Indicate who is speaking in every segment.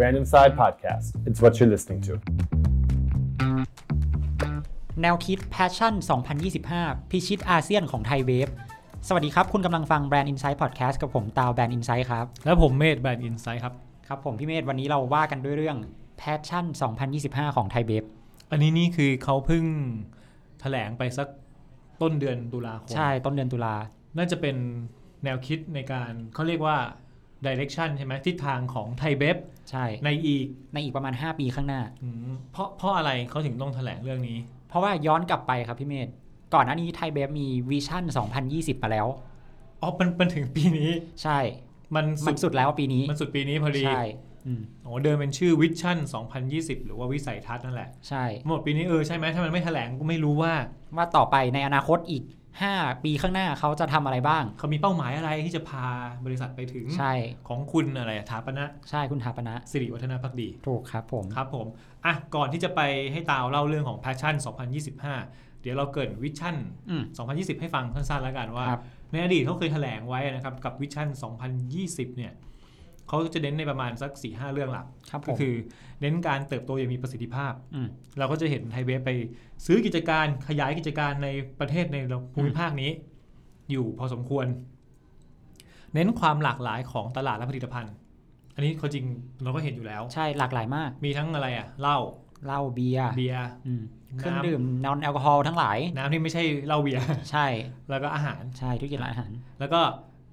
Speaker 1: Random Side Podcast. It's what you're listening to.
Speaker 2: แนวคิด Passion 2025 พิชิตอาเซียนของไทยเวฟ สวัสดีครับ คุณกำลังฟัง Brand Insight Podcast กับผมตาว Brand Insight ครับ
Speaker 3: แล้วผมเมธแบรนด์อินไซต์ครับ
Speaker 2: ครับผมพี่เมธวันนี้เราว่ากันด้วยเรื่อง Passion 2025 ของไทยเวฟ
Speaker 3: อันนี้นี่คือเขาเพิ่งแถลงไปสักต้นเดือนตุลาคม
Speaker 2: ใช่ต้นเดือนตุลา
Speaker 3: น่าจะเป็นแนวคิดในการเขาเรียกว่า direction ใช่ไหมทิศทางของไทยเบฟ
Speaker 2: ใช่
Speaker 3: ในอีก
Speaker 2: ในอีกประมาณ 5 ปีข้างหน้า
Speaker 3: อืมเพราะเพราะอะไรเขาถึงต้องแถลงเรื่องนี้
Speaker 2: เพราะว่าย้อนกลับไปครับพี่เมธก่อนหน้านี้ไทยเวฟมีวิชั่น2020 มาแล้ว
Speaker 3: อ๋อมันมันถึงปีนี้
Speaker 2: ใช่
Speaker 3: มันสุ
Speaker 2: มั
Speaker 3: ด
Speaker 2: นสุดแล้วปีนี้
Speaker 3: มันสุดปีนี้พอดี
Speaker 2: ใช่อืม
Speaker 3: โอ้เดิมเป็นชื่อวิชั่น2020 หรือว่าวิสัยทัศน์นั่นแหละ
Speaker 2: ใช่
Speaker 3: หมดปีนี้เออใช่ไหมถ้ามันไม่แถลงก็ไม่รู้ว่า
Speaker 2: ว่าต่อไปในอนาคตอีก 5 ปีข้างหน้าเขาจะทำอะไรบ้าง
Speaker 3: เขามีเป้าหมายอะไรที่จะพาบริษัทไปถึง
Speaker 2: ใช่
Speaker 3: ของคุณอะไรอะถาปนะ
Speaker 2: ใช่คุณหาปณะ
Speaker 3: สิริวัฒนพักดี
Speaker 2: ถูกครับผม
Speaker 3: ครับผมอ่ะก่อนที่จะไปให้ตาวเล่าเรื่องของ Passion 2025 เดี๋ยวเราเกรินวิชั่น
Speaker 2: อืม
Speaker 3: 2020 ให้ฟังสั้นๆแล้วกันว่า
Speaker 2: ครับ
Speaker 3: ในอดีตเขาเคยแถลงไว้นะครับกับวิชั่น 2020 เนี่ยเขาจะเน้นในประมาณสัก 4-5 เรื่องหลัก
Speaker 2: ครับผ
Speaker 3: ก็
Speaker 2: ม
Speaker 3: คือเน้นการเติบโตอย่างมีประสิทธิภาพ
Speaker 2: ม
Speaker 3: เราก็จะเห็นไทยเวฟไปซื้อกิจการขยายกิจการในประเทศในภูมิภาคนี้ อยู่พอสมควร เน้นความหลากหลายของตลาดและผลิตภัณฑ์ อันนี้เขาจริงเราก็เห็นอยู่แล้ว
Speaker 2: ใช่หลากหลายมาก
Speaker 3: มีทั้งอะไรอ่ะเหล้า
Speaker 2: เหล้าเบียร์
Speaker 3: เบียร์
Speaker 2: อืม
Speaker 3: น้ำ
Speaker 2: เครื่องดื่มนอนแอลกอฮอล์ทั้งหลาย
Speaker 3: น้ำที่ไม่ใช่เหล้าเบียร์
Speaker 2: ใช่
Speaker 3: แล้วก็อาหาร
Speaker 2: ใช่ธุรกิจร้านอาหาร
Speaker 3: แล้วก็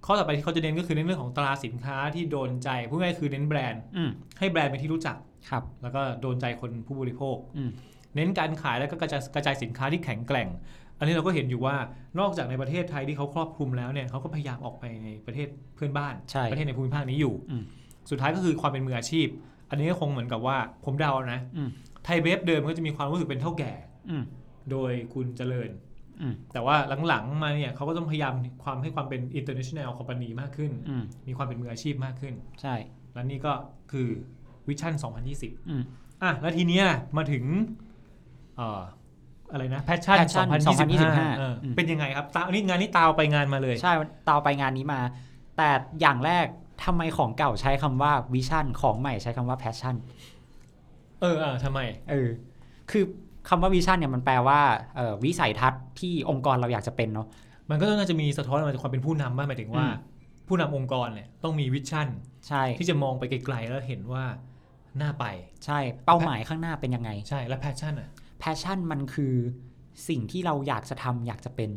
Speaker 3: ข้อต่อไปที่เขาจะเน้นก็คือในเรื่องของตราสินค้าที่โดนใจพูดง่ายๆคือเน้นแบรนด์
Speaker 2: อืม
Speaker 3: ให้แบรนด์เป็นที่รู้จัก
Speaker 2: ครับ
Speaker 3: แล้วก็โดนใจคนผู้บริโภค
Speaker 2: อืม
Speaker 3: เน้นการขายแล้วก็กระจายกระจายสินค้าที่แข็งแกร่ง อันนี้เราก็เห็นอยู่ว่านอกจากในประเทศไทยที่เขาครอบคลุมแล้วเนี่ยเขาก็พยายามออกไปในประเทศเพื่อนบ้าน
Speaker 2: ใช่
Speaker 3: ประเทศในภูมิภาคนี้อยู่
Speaker 2: อืม
Speaker 3: สุดท้ายก็คือความเป็นมืออาชีพ อันนี้ก็คงเหมือนกับว่าผมเดานะ
Speaker 2: อืม
Speaker 3: ไทยเบฟเดิมก็จะมีความรู้สึกเป็นเท่าแก่
Speaker 2: อืม
Speaker 3: โดยคุณเจริญ
Speaker 2: อืม
Speaker 3: แต่ว่าหลังๆมาเนี่ยเขาก็ต้องพยายามความให้ความเป็น international company มากขึ้น
Speaker 2: อืม
Speaker 3: มีความเป็นมืออาชีพมากขึ้น
Speaker 2: ใช่
Speaker 3: และนี่ก็คือวิชั่น
Speaker 2: อืม
Speaker 3: 2020 อ่ะ แล้วทีเนี้ยมาถึงเอ่ออะไรนะ passion
Speaker 2: ชั่น
Speaker 3: 2025เออ
Speaker 2: อืม
Speaker 3: เป็นยังไงครับตาวนี่งานนี้ตาวไปงานมาเลย
Speaker 2: ใช่ตาวไปงานนี้มา แต่อย่างแรกทำไมของเก่าใช้คำว่าวิชั่นของใหม่ใช้คำว่าแพชชั่น
Speaker 3: เออเออทำไม
Speaker 2: เออ คือคำว่าวิชั่นเนี่ยมันแปลว่าเอ่อวิสัยทัศน์ที่องค์กรเราอยากจะเป็นเนาะ
Speaker 3: มันก็ต้องน่าจะมีสะท้อนมาจากความเป็นผู้นำบ้างหมายถึงว่า
Speaker 2: อืม
Speaker 3: ผู้นำองค์กรเนี่ยต้องมีวิชั่น
Speaker 2: ใช่
Speaker 3: ที่จะมองไปไกลๆแล้วเห็นว่าน่าไป
Speaker 2: ใช่เป้าหมายข้างหน้าเป็นยังไง
Speaker 3: ใช่แล้ว passion อ่ะ
Speaker 2: แพชชั่นมันคือสิ่งที่เราอยากจะทำอยากจะเป็น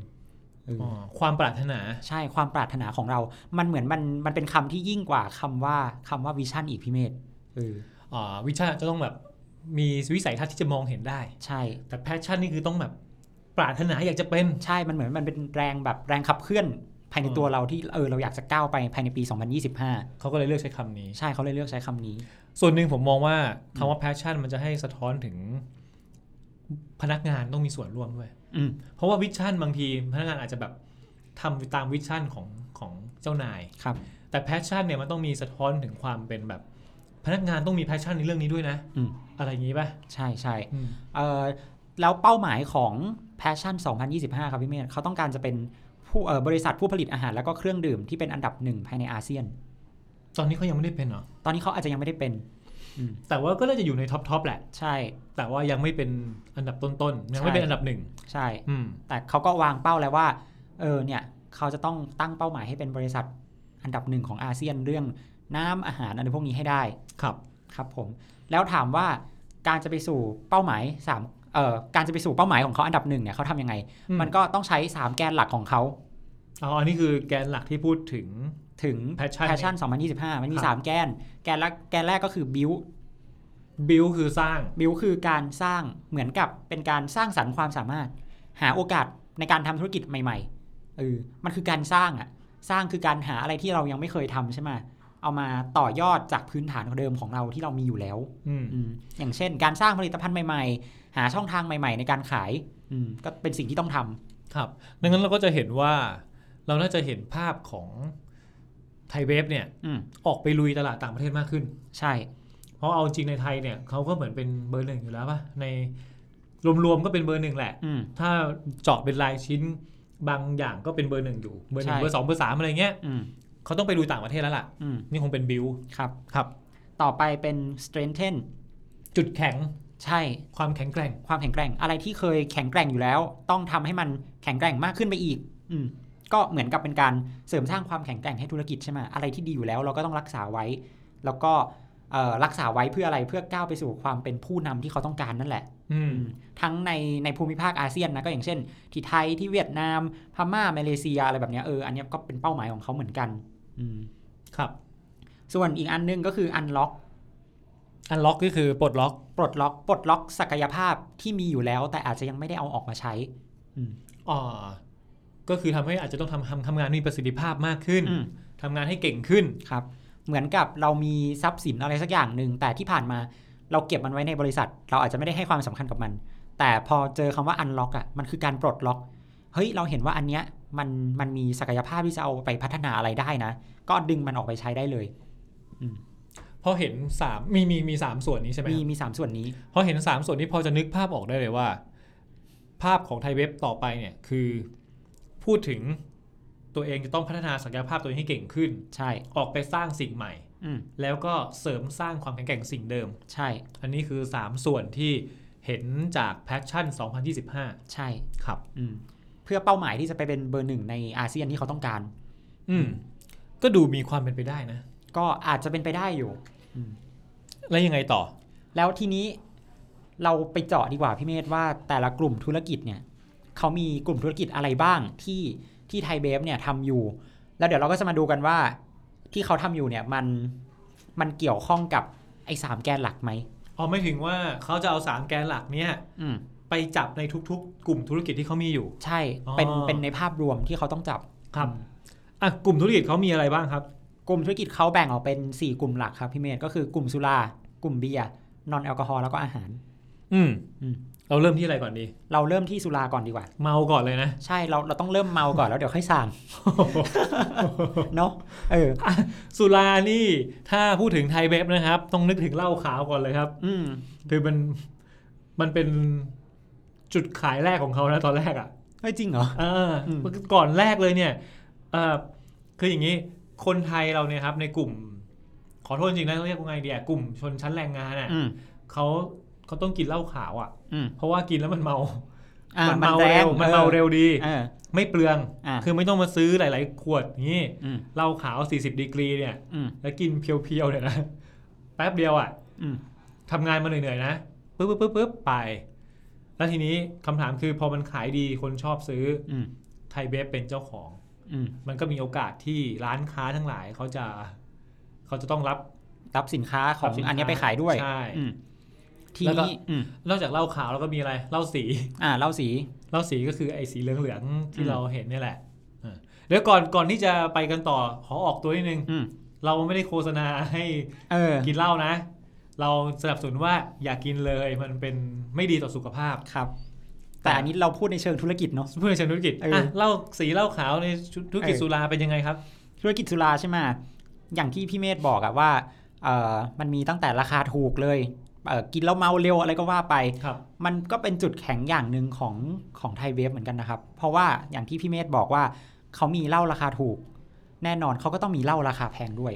Speaker 2: เออ
Speaker 3: อ๋อความปรารถนา
Speaker 2: ใช่ความปรารถนาของเรา มันเหมือนมันมันเป็นคำที่ยิ่งกว่าคำว่าคำว่าวิชั่นอีกพี่เมธเออ
Speaker 3: อ่าวิชั่นจะต้องแบบมีวิสัยทัศน์ที่จะมองเห็นได้
Speaker 2: ใช่
Speaker 3: แต่ passion นี่คือต้องแบบปรารถนาอยากจะเป็น
Speaker 2: ใช่มันเหมือนมันเป็นแรงแบบแรงขับเคลื่อนภายใน
Speaker 3: อืม
Speaker 2: ตัวเราที่เออเราอยากจะก้าวไปภายในปี
Speaker 3: เขาก็เลยเลือกใช้คำนี้
Speaker 2: 2025 ใช่เขาเลยเลือกใช้คำนี้
Speaker 3: ส่วนหนึ่งผมมองว่าคำว่า passion มันจะให้สะท้อนถึงพนักงานต้องมีส่วนร่วมด้วย
Speaker 2: อืม
Speaker 3: เพราะว่าวิชั่นบางทีพนักงานอาจจะแบบทำตามวิชั่นของของเจ้านาย
Speaker 2: ครับ
Speaker 3: แต่ passion เนี่ยมันต้องมีสะท้อนถึงความเป็นแบบ พนักงานต้องมี passion ในเรื่องนี้ด้วยนะ
Speaker 2: อืม
Speaker 3: อะไรอย่างนี้ป่ะ
Speaker 2: ใช่ใช่
Speaker 3: อืม
Speaker 2: เออแล้วเป้าหมายของ Passion 2025 ครับพี่เมธเขาต้องการจะเป็นผู้เออบริษัทผู้ผลิตอาหารแล้วก็เครื่องดื่มที่เป็นอันดับหนึ่งภายในอาเซียน
Speaker 3: ตอนนี้เขายังไม่ได้เป็นเหรอ
Speaker 2: ตอนนี้เขาอาจจะยังไม่ได้เป็น
Speaker 3: แต่ว่าก็น่าจะอยู่ในท็อปทอปแหละ
Speaker 2: ใช่
Speaker 3: แต่ว่ายังไม่เป็นอันดับต้นๆยังไม่เป็นอันดับหนึ่ง
Speaker 2: ใช่
Speaker 3: อืม
Speaker 2: แต่เขาก็วางเป้าแล้วว่า เออเนี่ยเขาจะต้องตั้งเป้าหมายให้เป็นบริษัทอันดับหนึ่งของอาเซียนเรื่องน้ำอาหารอะไรพวกนี้ให้ได้
Speaker 3: ครับ
Speaker 2: ครับผม แล้วถามว่าการจะไปสู่เป้าหมายสามเอ่อการจะไปสู่เป้าหมายของเขาอันดับหนึ่งเนี่ยเขาทำยังไง
Speaker 3: อืม
Speaker 2: มันก็ต้องใช้สามแกนหลักของเขา
Speaker 3: อ๋ออันนี้คือแกนหลักที่พูดถึง
Speaker 2: ถึง
Speaker 3: Passion
Speaker 2: 2025 มันมี
Speaker 3: ครับ
Speaker 2: สามแกน แกนละแกนแรกก็คือ build
Speaker 3: build คือสร้าง
Speaker 2: บิลคือการสร้างเหมือนกับเป็นการสร้างสรรค์ความสามารถ หาโอกาสในการทำธุรกิจใหม่ๆเออมันคือการสร้างอะสร้างคือการหาอะไรที่เรายังไม่เคยทำใช่ไหมเอามาต่อยอดจากพื้นฐานเดิมของเราที่เรามีอยู่แล้ว
Speaker 3: อืม
Speaker 2: อืมอย่างเช่น การสร้างผลิตภัณฑ์ใหม่ๆ หาช่องทางใหม่ ๆ ในการขายอืมก็เป็นสิ่งที่ต้องทำ
Speaker 3: ครับ ดังนั้นเราก็จะเห็นว่าเราน่าจะเห็นภาพของไทยเวฟเนี่ย
Speaker 2: อืม
Speaker 3: ออกไปลุยตลาดต่างประเทศมากขึ้น
Speaker 2: ใช่
Speaker 3: เพราะเอาจริงในไทยเนี่ยเขาก็เหมือนเป็นเบอร์หนึ่งอยู่แล้วป่ะในรวมๆก็เป็นเบอร์หนึ่งแหละ
Speaker 2: อืม
Speaker 3: ถ้าเจาะเป็นรายชิ้นบางอย่างก็เป็นเบอร์หนึ่งอยู่ เบอร์หนึ่ง
Speaker 2: ใช่
Speaker 3: เบอร์สองเบอร์สามอะไรเงี้ย
Speaker 2: อืม
Speaker 3: เขาต้องไปลุยต่างประเทศแล้วล่ะ
Speaker 2: อืม
Speaker 3: นี่คงเป็นบิล
Speaker 2: ครับ
Speaker 3: ครับ
Speaker 2: ต่อไปเป็น strengthen
Speaker 3: จุดแข็ง
Speaker 2: ใช่
Speaker 3: ความแข็งแกร่ง
Speaker 2: ความแข็งแกร่งอะไรที่เคยแข็งแกร่งอยู่แล้ว ต้องทำให้มันแข็งแกร่งมากขึ้นไปอีก อืมก็เหมือนกับเป็นการเสริมสร้างความแข็งแกร่งให้ธุรกิจใช่ไหมอะไรที่ดีอยู่แล้วเราก็ต้องรักษาไว้ แล้วก็เอ่อรักษาไว้เพื่ออะไรเพื่อก้าวไปสู่ความเป็นผู้นำที่เขาต้องการนั่นแหละ
Speaker 3: อืม
Speaker 2: ทั้งในในภูมิภาคอาเซียนนะก็อย่างเช่น ที่ไทยที่เวียดนาม พม่ามาเลเซียอะไรแบบเนี้ยเอออันเนี้ยก็เป็นเป้าหมายของเขาเหมือนกัน อืม
Speaker 3: ครับ
Speaker 2: ส่วนอีกอันหนึงก็คือ unlock
Speaker 3: อันล็อกก็คือปลดล็อก
Speaker 2: ปลดล็อกปลดล็อกศักยภาพที่มีอยู่แล้ว แต่อาจจะยังไม่ได้เอาออกมาใช้ อืม
Speaker 3: อ่าก็คือทำให้อาจจะต้องทำทำทำงานมีประสิทธิภาพมากขึ้น
Speaker 2: อืม
Speaker 3: ทำงานให้เก่งขึ้น
Speaker 2: ครับเหมือนกับเรามีทรัพย์สินอะไรสักอย่างหนึ่งแต่ที่ผ่านมาเราเก็บมันไว้ในบริษัท เราอาจจะไม่ได้ให้ความสำคัญกับมัน แต่พอเจอคำว่า unlock อ่ะมันคือการปลดล็อกเฮ้ยเราเห็นว่าอันเนี้ยมันมันมีศักยภาพที่จะเอาไปพัฒนาอะไรได้นะ ก็ดึงมันออกไปใช้ได้เลย
Speaker 3: พอเห็นสามมีมีมีสามส่วนนี้ใช่ไหมค
Speaker 2: มี
Speaker 3: รับ
Speaker 2: มีสามส่วนนี้
Speaker 3: พอเห็นสามส่วนนี้พอจะนึกภาพออกได้เลยว่า ภาพของไทยเว็บต่อไปเนี่ยคือ พูดถึงตัวเองจะต้องพัฒนาศักยภาพตัวเองให้เก่งขึ้น
Speaker 2: ใช่
Speaker 3: ออกไปสร้างสิ่งใหม่
Speaker 2: อืม
Speaker 3: แล้วก็เสริมสร้างความแข็งแกร่งสิ่งเดิม
Speaker 2: ใช่
Speaker 3: อันนี้คือสามส่วนที่เห็นจากแพชชั่น 2025
Speaker 2: ใช่
Speaker 3: ครับ
Speaker 2: อืมเพื่อเป้าหมายที่จะไปเป็นเบอร์หนึ่งในอาเซียนที่เขาต้องการ
Speaker 3: อืมก็ดูมีความเป็นไปได้นะ
Speaker 2: ก็อาจจะเป็นไปได้อยู่
Speaker 3: แล้วยังไงต่อ
Speaker 2: แล้วทีนี้เราไปเจาะดีกว่าพี่เมธว่าแต่ละกลุ่มธุรกิจเนี่ยเขามีกลุ่มธุรกิจอะไรบ้างที่ที่ไทยเบฟเนี่ยทำอยู่ แล้วเดี๋ยวเราก็จะมาดูกันว่าที่เขาทำอยู่เนี่ยมันมันเกี่ยวข้องกับไอ้สามแกนหลักไหม
Speaker 3: อ๋อไม่ถึงว่าเขาจะเอาสามแกนหลักเนี่ย
Speaker 2: อืม
Speaker 3: ไปจับในทุกๆ กลุ่มธุรกิจที่เขามีอยู่
Speaker 2: ใช่
Speaker 3: อ๋อ
Speaker 2: เป็นเป็นในภาพรวมที่เขาต้องจับ
Speaker 3: ครับอ่ะกลุ่มธุรกิจเขามีอะไรบ้างครับ
Speaker 2: กลุ่มธุรกิจเขาแบ่งออกเป็น 4 กลุ่มหลักครับพี่เมธก็คือกลุ่มสุรากลุ่มเบียร์นอนแอลกอฮอล์แล้วก็อาหาร
Speaker 3: อืม
Speaker 2: อืม
Speaker 3: เราเริ่มที่อะไรก่อนดี
Speaker 2: เราเริ่มที่สุราก่อนดีกว่า
Speaker 3: เมาก่อนเลยนะ
Speaker 2: ใช่เราเราต้องเริ่มเมาก่อนแล้วเดี๋ยวค่อยสั่ง เนาะเออ
Speaker 3: สุรานี่ถ้าพูดถึงไทยเว็บนะครับ ต้องนึกถึงเหล้าขาวก่อนเลยครับ
Speaker 2: อืม
Speaker 3: คือมันมันเป็นจุดขายแรกของเขานะตอนแรกอ่ะ
Speaker 2: เฮ้ยจริงเหรอ
Speaker 3: เอออ
Speaker 2: ม
Speaker 3: ก่อนแรกเลยเนี่ยเออคืออย่างนี้คนไทยเราเนี่ยครับ ในกลุ่ม ขอโทษจริงนะต้องเรียกว่าไงเดียกลุ่มชนชั้นแรงงานอ่ะ
Speaker 2: อืม
Speaker 3: เขาเขาต้องกินเหล้าขาวอ่ะ
Speaker 2: อืม
Speaker 3: เพราะว่ากินแล้วมันเมา
Speaker 2: อ่า
Speaker 3: มั
Speaker 2: มัน
Speaker 3: เมา
Speaker 2: แร
Speaker 3: เร็
Speaker 2: ง
Speaker 3: ว มันเมาเร็วดี
Speaker 2: เออ
Speaker 3: ไม่เปลือง
Speaker 2: อ่า
Speaker 3: คือไม่ต้องมาซื้อหลาย ๆ ขวดอย่างนี้
Speaker 2: อืม
Speaker 3: เหล้าขาว 40 ดีกรีเนี่ย
Speaker 2: อืม
Speaker 3: แล้วกินเพียว ๆ เนี่ยนะ แป๊บเดียวอ่ะ
Speaker 2: อืม
Speaker 3: ทำงานมาเหนื่อย ๆ นะ ปึ๊บปึ๊บปึ๊บปึ๊บไป แล้วทีนี้คำถามคือพอมันขายดี คนชอบซื้อ
Speaker 2: อืม
Speaker 3: ไทยเบฟเป็นเจ้าของ
Speaker 2: อืม
Speaker 3: มันก็มีโอกาสที่ร้านค้าทั้งหลายเขาจะ เขาจะต้องรับ
Speaker 2: รับสินค้าขอ
Speaker 3: รั
Speaker 2: ง
Speaker 3: บสินค้า
Speaker 2: อันเนี้ยไปขายด้วย
Speaker 3: ใช่
Speaker 2: อืมที
Speaker 3: แล้วก็
Speaker 2: นี้อืม
Speaker 3: นอกจากเหล้าขาวแล้วก็มีอะไร เหล้าสี
Speaker 2: อ่าเล่าสี
Speaker 3: เหล้าสีก็คือไอ้สีเหลืองๆที่
Speaker 2: อืม
Speaker 3: เราเห็นเนี่ยแหละอ่ะเดี๋ยวก่อนก่อนที่จะไปกันต่อขอออกตัวนิดนึง
Speaker 2: อืม
Speaker 3: เราไม่ได้โฆษณาให้
Speaker 2: เออ
Speaker 3: กินเหล้านะ เราสนับสนุนว่าอย่ากินเลยมันเป็นไม่ดีต่อสุขภาพ
Speaker 2: ครับ แต่อันนี้เราพูดในเชิงธุรกิจเนาะ
Speaker 3: เพื่อนเชิงธุรกิจ
Speaker 2: เอออ่
Speaker 3: อ่ะเหล้าสีเหล้าขาวในธุรกิจ
Speaker 2: เออ
Speaker 3: สุราเป็นยังไงครับ
Speaker 2: ธุรกิจสุราใช่ไหมอย่างที่พี่เมธบอกอะว่าเออมันมีตั้งแต่ราคาถูกเลยเออกินแล้วเมาเร็วอะไรก็ว่าไป
Speaker 3: ครับ
Speaker 2: มันก็เป็นจุดแข็งอย่างหนึ่งของของไทยเวฟเหมือนกันนะครับ เพราะว่าอย่างที่พี่เมธบอกว่าเขามีเหล้าราคาถูก แน่นอนเขาก็ต้องมีเหล้าราคาแพงด้วย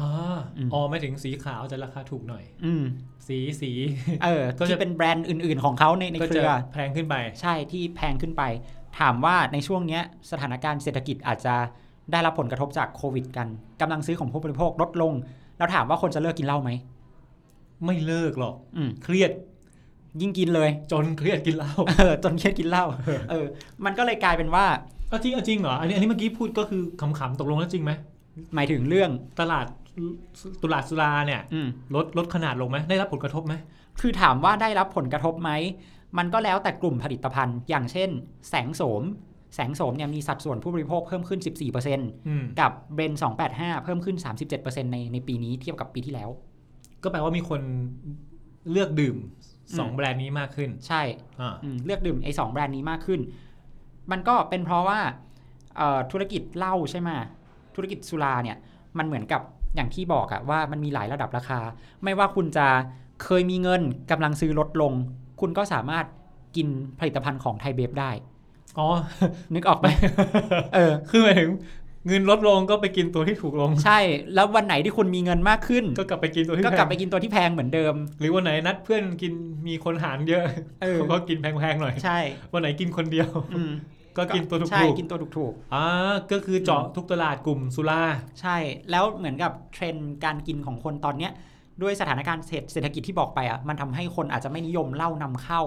Speaker 3: อ๋ออ
Speaker 2: ม
Speaker 3: อ๋อไม่ถึงสีขาวจะราคาถูกหน่อย
Speaker 2: อืม
Speaker 3: สีสี
Speaker 2: เออ
Speaker 3: ก็จะ
Speaker 2: ที่เป็นแบรนด์อื่น ๆ ของเขาในใน
Speaker 3: ก็
Speaker 2: เค
Speaker 3: จะ
Speaker 2: รือ
Speaker 3: แพงขึ้นไป
Speaker 2: ใช่ที่แพงขึ้นไป ถามว่าในช่วงเนี้ยสถานการณ์เศรษฐกิจอาจจะได้รับผลกระทบจากโควิดกันกำลังซื้อของผู้บริโภคลดลง แล้วถามว่าคนจะเลิกกินเหล้าไหม
Speaker 3: ไม่เลิกหรอก
Speaker 2: อืม
Speaker 3: เครียด
Speaker 2: ยิ่งกินเลย
Speaker 3: จนเครียดกินเหล้า
Speaker 2: เออจนเครียดกินเหล้าเออ มันก็เลยกลายเป็นว่า
Speaker 3: เอาจริงเอาจริงเหรอ อันนี้อันนี้เมื่อกี้พูดก็คือขำๆตกลงแล้วจริงไหม
Speaker 2: หมายถึงเรื่อง
Speaker 3: ตลาดตุลาดสุราเนี่ย
Speaker 2: อืม
Speaker 3: ลดลดขนาดลงไหมได้รับผลกระทบไหม
Speaker 2: คือถามว่าได้รับผลกระทบไหม มันก็แล้วแต่กลุ่มผลิตภัณฑ์ อย่างเช่น แสงโสม แสงโสมเนี่ยมีสัดส่วนผู้บริโภคเพิ่มขึ้น 14%
Speaker 3: อืม
Speaker 2: กับเบน285 เพิ่มขึ้น 37%ในในปีนี้เทียบกับปีที่แล้ว
Speaker 3: ก็แปลว่ามีคนเลือกดื่มสองแบรนด์นี้มากขึ้น
Speaker 2: ใช่
Speaker 3: อ่า
Speaker 2: อืมเลือกดื่มไอ้สองแบรนด์นี้มากขึ้น มันก็เป็นเพราะว่าเอ่อธุรกิจเหล้าใช่ไหมธุรกิจสุราเนี่ย มันเหมือนกับอย่างที่บอกอะว่ามันมีหลายระดับราคา ไม่ว่าคุณจะเคยมีเงินกำลังซื้อลดลง คุณก็สามารถกินผลิตภัณฑ์ของไทยเบฟได้
Speaker 3: อ๋อ
Speaker 2: นึกออกไหม เออ
Speaker 3: คือหมายถึง เงินลดลงก็ไปกินตัวที่ถูกลง
Speaker 2: ใช่แล้ววันไหนที่คุณมีเงินมากขึ้น
Speaker 3: ก็กลับไปกินตัวที่
Speaker 2: ก็
Speaker 3: แพ
Speaker 2: กลับ
Speaker 3: ง
Speaker 2: ไปกินตัวที่แพงเหมือนเดิม
Speaker 3: หรือวันไหนนัดเพื่อนกินมีคนห ารเยอะ
Speaker 2: เออ
Speaker 3: ก็กินแพงๆหน่อย
Speaker 2: ใช่
Speaker 3: วันไหนกินคนเดียว
Speaker 2: อืม
Speaker 3: ก็กินตัว
Speaker 2: ใช่
Speaker 3: ถูก
Speaker 2: กินตัวถูก
Speaker 3: ๆอ่าก็คือเจาะทุกตลาดกลุ่มสุรา
Speaker 2: ๆใช่ แล้วเหมือนกับเทรนด์การกินของคนตอนเนี้ยด้วยสถานการณ์เศรษฐเศรษฐกิจที่บอกไปอ่ะมันทำให้คนอาจจะไม่นิยมเหล้านำเข้า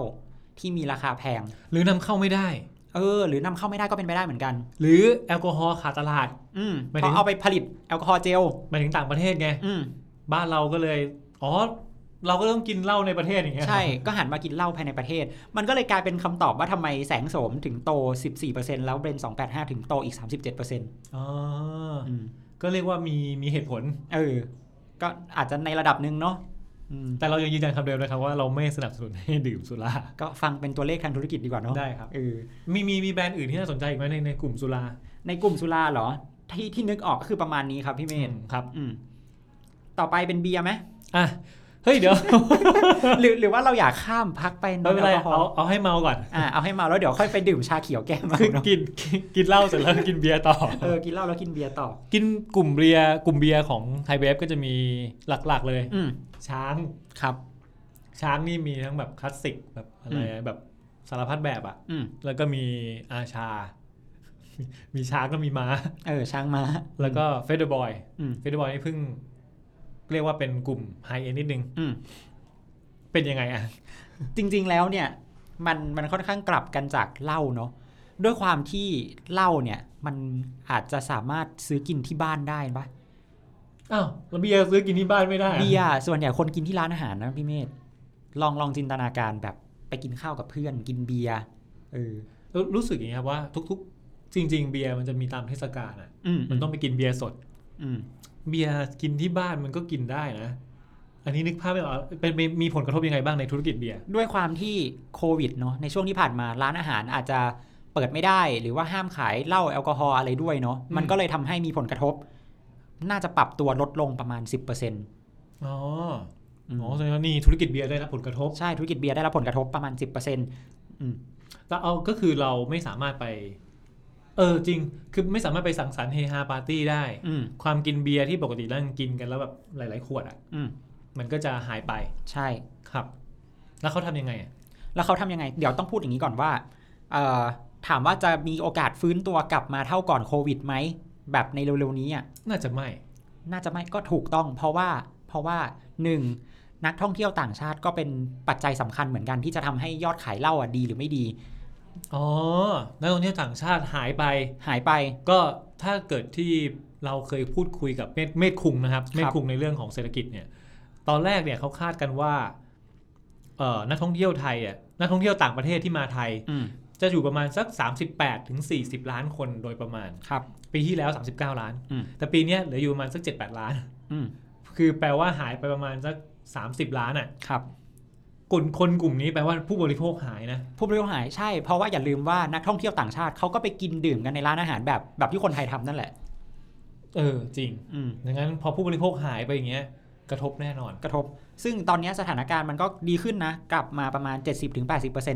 Speaker 2: ที่มีราคาแพง
Speaker 3: หรือนำเข้าไม่ได้
Speaker 2: เออ หรือนำเข้าไม่ได้ก็เป็นไปได้เหมือนกัน
Speaker 3: หรือแอลกอฮอล์ขาดตลาด
Speaker 2: อืม
Speaker 3: หมายถึ
Speaker 2: เพ
Speaker 3: ง
Speaker 2: ราะเอาไปผลิตแอลกอฮอล์เจล
Speaker 3: หมายถึงต่างประเทศไง
Speaker 2: อืม
Speaker 3: บ้านเราก็เลย อ๋อ เราก็ต้องกินเหล้าในประเทศอย่างเงี้ย
Speaker 2: ใช่ ก็หันมากินเหล้าภายในประเทศ มันก็เลยกลายเป็นคำตอบว่าทำไมแสงโสมถึงโต 14%แล้วเบรน285 ถึงโตอีก 37%
Speaker 3: อ๋อ
Speaker 2: อืม
Speaker 3: ก็เรียกว่ามีมีเหตุผล
Speaker 2: เออ ก็อาจจะในระดับหนึ่งเนาะอืม
Speaker 3: แต่เรายังยืนยันคำเดิมนะครับว่าเราไม่สนับสนุนให้ดื่มสุรา
Speaker 2: ก็ฟังเป็นตัวเลขทางธุรกิจดีกว่าเนาะ
Speaker 3: ได้ครับ
Speaker 2: เออ
Speaker 3: มีมีมีแบรนด์อื่นที่น่าสนใจอีกไหมในในกลุ่มสุรา
Speaker 2: ในกลุ่มสุราเหรอ ที่ที่นึกออกก็คือประมาณนี้ครับพี่เมธ
Speaker 3: ครับ
Speaker 2: อืม ต่อไปเป็นเบียร์ไหม
Speaker 3: อ่ะ เฮ้ยเดี๋ ยว
Speaker 2: หรือหรือว่าเราอยากข้ามพักไปน
Speaker 3: ไม่เป็นไร
Speaker 2: แอลกอฮอ
Speaker 3: เอา
Speaker 2: ล์
Speaker 3: เอาให้เมาก่อน
Speaker 2: อ่าเอาให้เมาแล้วเดี๋ยวค่อยไปดื่มชาเขียวแก้เมา
Speaker 3: คือ
Speaker 2: เนาะ
Speaker 3: กินกินกินเหล้าเสร็จแล้วกินเบียร์ต่อ
Speaker 2: เออ กินเหล้าแล้วกินเบียร์ต่อ
Speaker 3: กินกลุ่มเบียร์กลุ่มเบียร์ของไทยเบฟก็จะมีหลักๆเลย
Speaker 2: อืม
Speaker 3: ช้าง
Speaker 2: ครับ
Speaker 3: ช้างนี่มีทั้งแบบคลาสสิกแบบอะไร
Speaker 2: อืม
Speaker 3: แบบสารพัดแบบอ่ะ
Speaker 2: อืม
Speaker 3: แล้วก็มีอาชา มีช้างก็มีม้า
Speaker 2: เออ ช้างม้า
Speaker 3: แล้วก็เฟเดอร์บอย
Speaker 2: อืม
Speaker 3: เฟเดอร์บอยนี่เพิ่ง เรียกว่าเป็นกลุ่มไฮเอ็นนิดนึง
Speaker 2: อืม
Speaker 3: เป็นยังไงอ่ะ
Speaker 2: จริง ๆ แล้วเนี่ยมันมันค่อนข้างกลับกันจากเหล้าเนาะด้วยความที่เหล้าเนี่ย มันอาจจะสามารถซื้อกินที่บ้านได้ปะ
Speaker 3: อ้าวแล้วเบียร์ซื้อกินที่บ้านไม่ได้อะ
Speaker 2: เบียร์ส่วนใหญ่คนกินที่ร้านอาหารนะพี่เมธลองลองจินตนาการแบบไปกินข้าวกับเพื่อน กินเบียร์เออ
Speaker 3: รู้รู้สึกอย่างนี้ยครับว่าทุก ๆ จริง ๆ เบียร์มันจะมีตามเทศกาลอ่ะ
Speaker 2: อืม
Speaker 3: มันต้องไปกินเบียร์สด
Speaker 2: อืม
Speaker 3: เบียร์กินที่บ้านมันก็กินได้นะ อันนี้นึกภาพไม่ออกเป็นมีมีผลกระทบยังไงบ้างในธุรกิจเบียร์
Speaker 2: ด้วยความที่โควิดเนาะในช่วงที่ผ่านมาร้านอาหารอาจจะเปิดไม่ได้ หรือว่าห้ามขายเหล้าแอลกอฮอล์อะไรด้วยเนาะมัน
Speaker 3: อืม
Speaker 2: ก็เลยทำให้มีผลกระทบ น่าจะปรับตัวลดลงประมาณ 10%
Speaker 3: อ๋อ
Speaker 2: อืม
Speaker 3: อ๋อแสดงว่านี่ธุรกิจเบียร์ได้รับผลกระทบ
Speaker 2: ใช่ ธุรกิจเบียร์ได้รับผลกระทบประมาณ 10%อืม
Speaker 3: แล้วเอาก็คือเราไม่สามารถไป เออจริง คือไม่สามารถไปสังสรรค์เฮฮาปาร์ตี้ได้
Speaker 2: อืม
Speaker 3: ความกินเบียร์ที่ปกตินั่งกินกันแล้วแบบหลาย ๆ ขวดอ่ะ
Speaker 2: อืม
Speaker 3: มันก็จะหายไป
Speaker 2: ใช่
Speaker 3: ครับ แล้วเขาทำยังไงอะ
Speaker 2: แล้วเขาทำยังไง เดี๋ยวต้องพูดอย่างนี้ก่อนว่าเอ่อถามว่าจะมีโอกาสฟื้นตัวกลับมาเท่าก่อนโควิดไหม แบบในเร็วๆนี้อ่ะ
Speaker 3: น่าจะไม่
Speaker 2: น่าจะไม่ก็ถูกต้อง เพราะว่า เพราะว่าหนึ่งนักท่องเที่ยวต่างชาติก็เป็นปัจจัยสำคัญเหมือนกันที่จะทำให้ยอดขายเหล้าอ่ะดีหรือไม่ดี
Speaker 3: อ๋อ นักท่องเที่ยวต่างชาติหายไป
Speaker 2: หายไป
Speaker 3: ก็ถ้าเกิดที่เราเคยพูดคุยกับเมธเมธคุงนะครับ เมธคุงในเรื่องของเศรษฐกิจเนี่ย ตอนแรกเนี่ยเขาคาดกันว่า เอ่อ นักท่องเที่ยวไทยอ่ะ นักท่องเที่ยวต่างประเทศที่มาไทย
Speaker 2: อืม
Speaker 3: จะอยู่ประมาณสัก 38ถึง40 ล้านคนโดยประมาณ
Speaker 2: ครับ
Speaker 3: ปีที่แล้ว 39 ล้าน
Speaker 2: อืม
Speaker 3: แต่ปีเนี้ยเหลืออยู่ประมาณสัก 78 ล้าน
Speaker 2: อืม
Speaker 3: คือแปลว่าหายไปประมาณสัก 30 ล้านอ่ะ
Speaker 2: ครับ
Speaker 3: กลุ่มคนกลุ่มนี้แปลว่าผู้บริโภคหายนะ
Speaker 2: ผู้บริโภคหายใช่ เพราะว่าอย่าลืมว่านักท่องเที่ยวต่างชาติเขาก็ไปกินดื่มกันในร้านอาหารแบบแบบที่คนไทยทำนั่นแหละ
Speaker 3: เออ จริง
Speaker 2: อืม
Speaker 3: ดังนั้นพอผู้บริโภคหายไปอย่างเงี้ย กระทบแน่นอน
Speaker 2: กระทบ ซึ่งตอนนี้สถานการณ์มันก็ดีขึ้นนะ กลับมาประมาณ 70-80%เ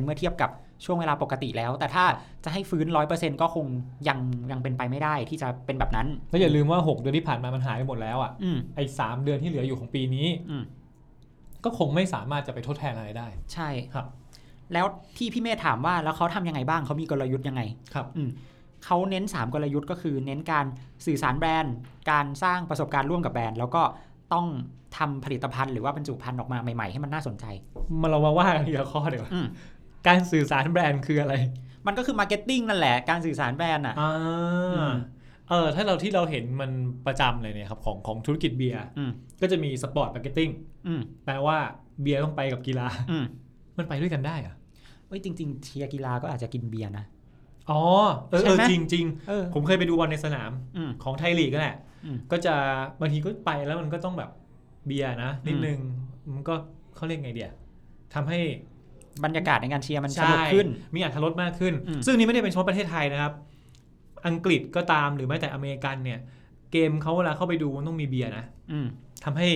Speaker 2: มื่อเทียบกับช่วงเวลาปกติแล้ว แต่ถ้าจะให้ฟื้น 100%ก็คงยังยังเป็นไปไม่ได้ที่จะเป็นแบบนั้น
Speaker 3: แล้วอย่าลืมว่า 6 เดือนที่ผ่านมามันหายไปหมดแล้วอ่ะ
Speaker 2: อืม
Speaker 3: ไอ้สามเดือนที่เหลืออยู่ของปีนี้
Speaker 2: อืม
Speaker 3: ก็คงไม่สามารถจะไปทดแทนอะไรได้
Speaker 2: ใช่
Speaker 3: ครับ
Speaker 2: แล้วที่พี่เมธถามว่าแล้วเขาทำยังไงบ้างเขามีกลยุทธ์ยังไง
Speaker 3: ครับ
Speaker 2: เขาเน้น 3 กลยุทธ์ก็คือเน้นการสื่อสารแบรนด์ การสร้างประสบการณ์ร่วมกับแบรนด์ แล้วก็ต้องทำผลิตภัณฑ์หรือว่าบรรจุภัณฑ์ออกมาใหม่ๆให้มันน่าสนใจ
Speaker 3: มาเรามาว่ากันทีละข้อเดี๋ยวา
Speaker 2: อืม
Speaker 3: การสื่อสารแบรนด์คืออะไร
Speaker 2: มันก็คือมาร์เก็ตติ้งนั่นแหละการสื่อสารแบรนด์อ่ะ
Speaker 3: อ่า
Speaker 2: ม
Speaker 3: เออ ถ้าเราที่เราเห็นมันประจำเลยเนี่ยครับของของธุรกิจเบียร์
Speaker 2: อืม
Speaker 3: ก็จะมีสปอร์ตมาร์เก็ตติ้ง
Speaker 2: อืม
Speaker 3: แปลว่าเบียร์ต้องไปกับกีฬา
Speaker 2: อื ม
Speaker 3: มันไปด้วยกันได้เหรอะ
Speaker 2: เอ้ยจริงๆเชียร์กีฬาก็อาจจะกินเบียร์นะ
Speaker 3: อ๋อ เออ
Speaker 2: ใช่
Speaker 3: เออ
Speaker 2: ไหม
Speaker 3: จริงจริง
Speaker 2: เออ
Speaker 3: ๆ ผมเคยไปดูบอลในสนาม
Speaker 2: อืม
Speaker 3: ของไทยลีกนั่นแหละ
Speaker 2: อืม
Speaker 3: ก็จะบางทีก็ไปแล้วมันก็ต้องแบบเบียร์นะนิดนึง มันก็เขาเรียกไงเดียทำให้
Speaker 2: บรรยากาศในการเชียร์มันส
Speaker 3: ใช่
Speaker 2: นุกขึ้น
Speaker 3: มีอัตรสมากขึ้น
Speaker 2: อืม
Speaker 3: ซึ่งนี่ไม่ได้เป็นเฉพาะประเทศไทยนะครับ อังกฤษก็ตามหรือแม้แต่อเมริกันเนี่ย เกมเขาเวลาเข้าไปดูมันต้องมีเบียร์นะ
Speaker 2: อืม
Speaker 3: ทำให้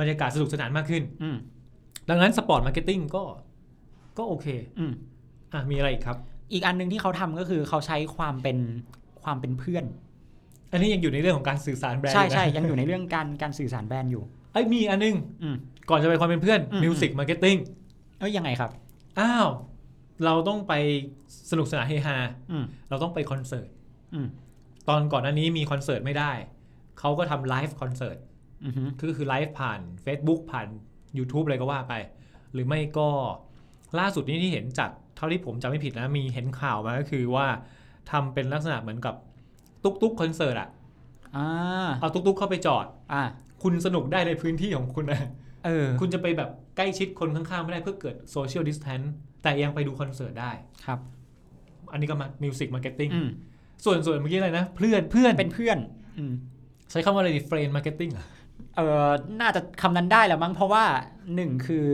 Speaker 3: บรรยากาศสนุกสนานมากขึ้น
Speaker 2: อืม
Speaker 3: ดังนั้นสปอร์ตมาร์เก็ตติ้งก็ ก็โอเค
Speaker 2: อืม
Speaker 3: อ่ะมีอะไรอีกครับ
Speaker 2: อีกอันหนึงที่เขาทำก็คือเขาใช้ความเป็นความเป็นเพื่อน
Speaker 3: อันนี้ยังอยู่ในเรื่องของการสื่อสารแบรนด์
Speaker 2: ใช่
Speaker 3: อยู่นะ
Speaker 2: ใช่ยังอยู่ในเรื่องการการสื่อสารแบรนด์อยู่
Speaker 3: เอ้ยมีอันนึง
Speaker 2: อืม
Speaker 3: ก่อนจะไปความเป็นเพื่อน
Speaker 2: อืม
Speaker 3: มิวสิกมาร์เก็ตติ้ง
Speaker 2: เอ้ยยังไงครับ
Speaker 3: อ้าวเราต้องไปสนุกสนานเฮฮา
Speaker 2: อืม
Speaker 3: เราต้องไปคอนเสิร์ต
Speaker 2: อืม
Speaker 3: ตอนก่อนหน้านี้มีคอนเสิร์ตไม่ได้ เขาก็ทำไลฟ์คอนเสิร์ต
Speaker 2: อือหือ
Speaker 3: ก็คือไลฟ์ผ่าน Facebook ผ่าน YouTube อะไรก็ว่าไป หรือไม่ก็ล่าสุดนี้ที่เห็นจัด เท่าที่ผมจำไม่ผิดนะ มีเห็นข่าวมาก็คือว่าทำเป็นลักษณะเหมือนกับตุ๊กตุ๊กคอนเสิร์ตอะ
Speaker 2: อ่า
Speaker 3: เอาตุ๊กตุ๊กเข้าไปจอด
Speaker 2: อ่า
Speaker 3: คุณสนุกได้ในพื้นที่ของคุณนะ
Speaker 2: เออ
Speaker 3: คุณจะไปแบบใกล้ชิดคนข้างๆ ไม่ได้เพื่อเกิดโซเชียลดิสแทนต์แต่ยังไปดูคอนเสิร์ตได้
Speaker 2: ครับ
Speaker 3: อันนี้ก็มามิวสิกมาร์เก็ตติ้ง
Speaker 2: อืม
Speaker 3: ส่วนส่วนเมื่อกี้อะไรนะ เพื่อนเพื่อน
Speaker 2: เป็นเพื่อน อืม
Speaker 3: ใช้คำว่าอะไรดีเฟรนมาร์เก็ตติ้งอะ
Speaker 2: เออน่าจะคำนั้นได้แหล้วมั้งเพราะว่าหนึ่งคือ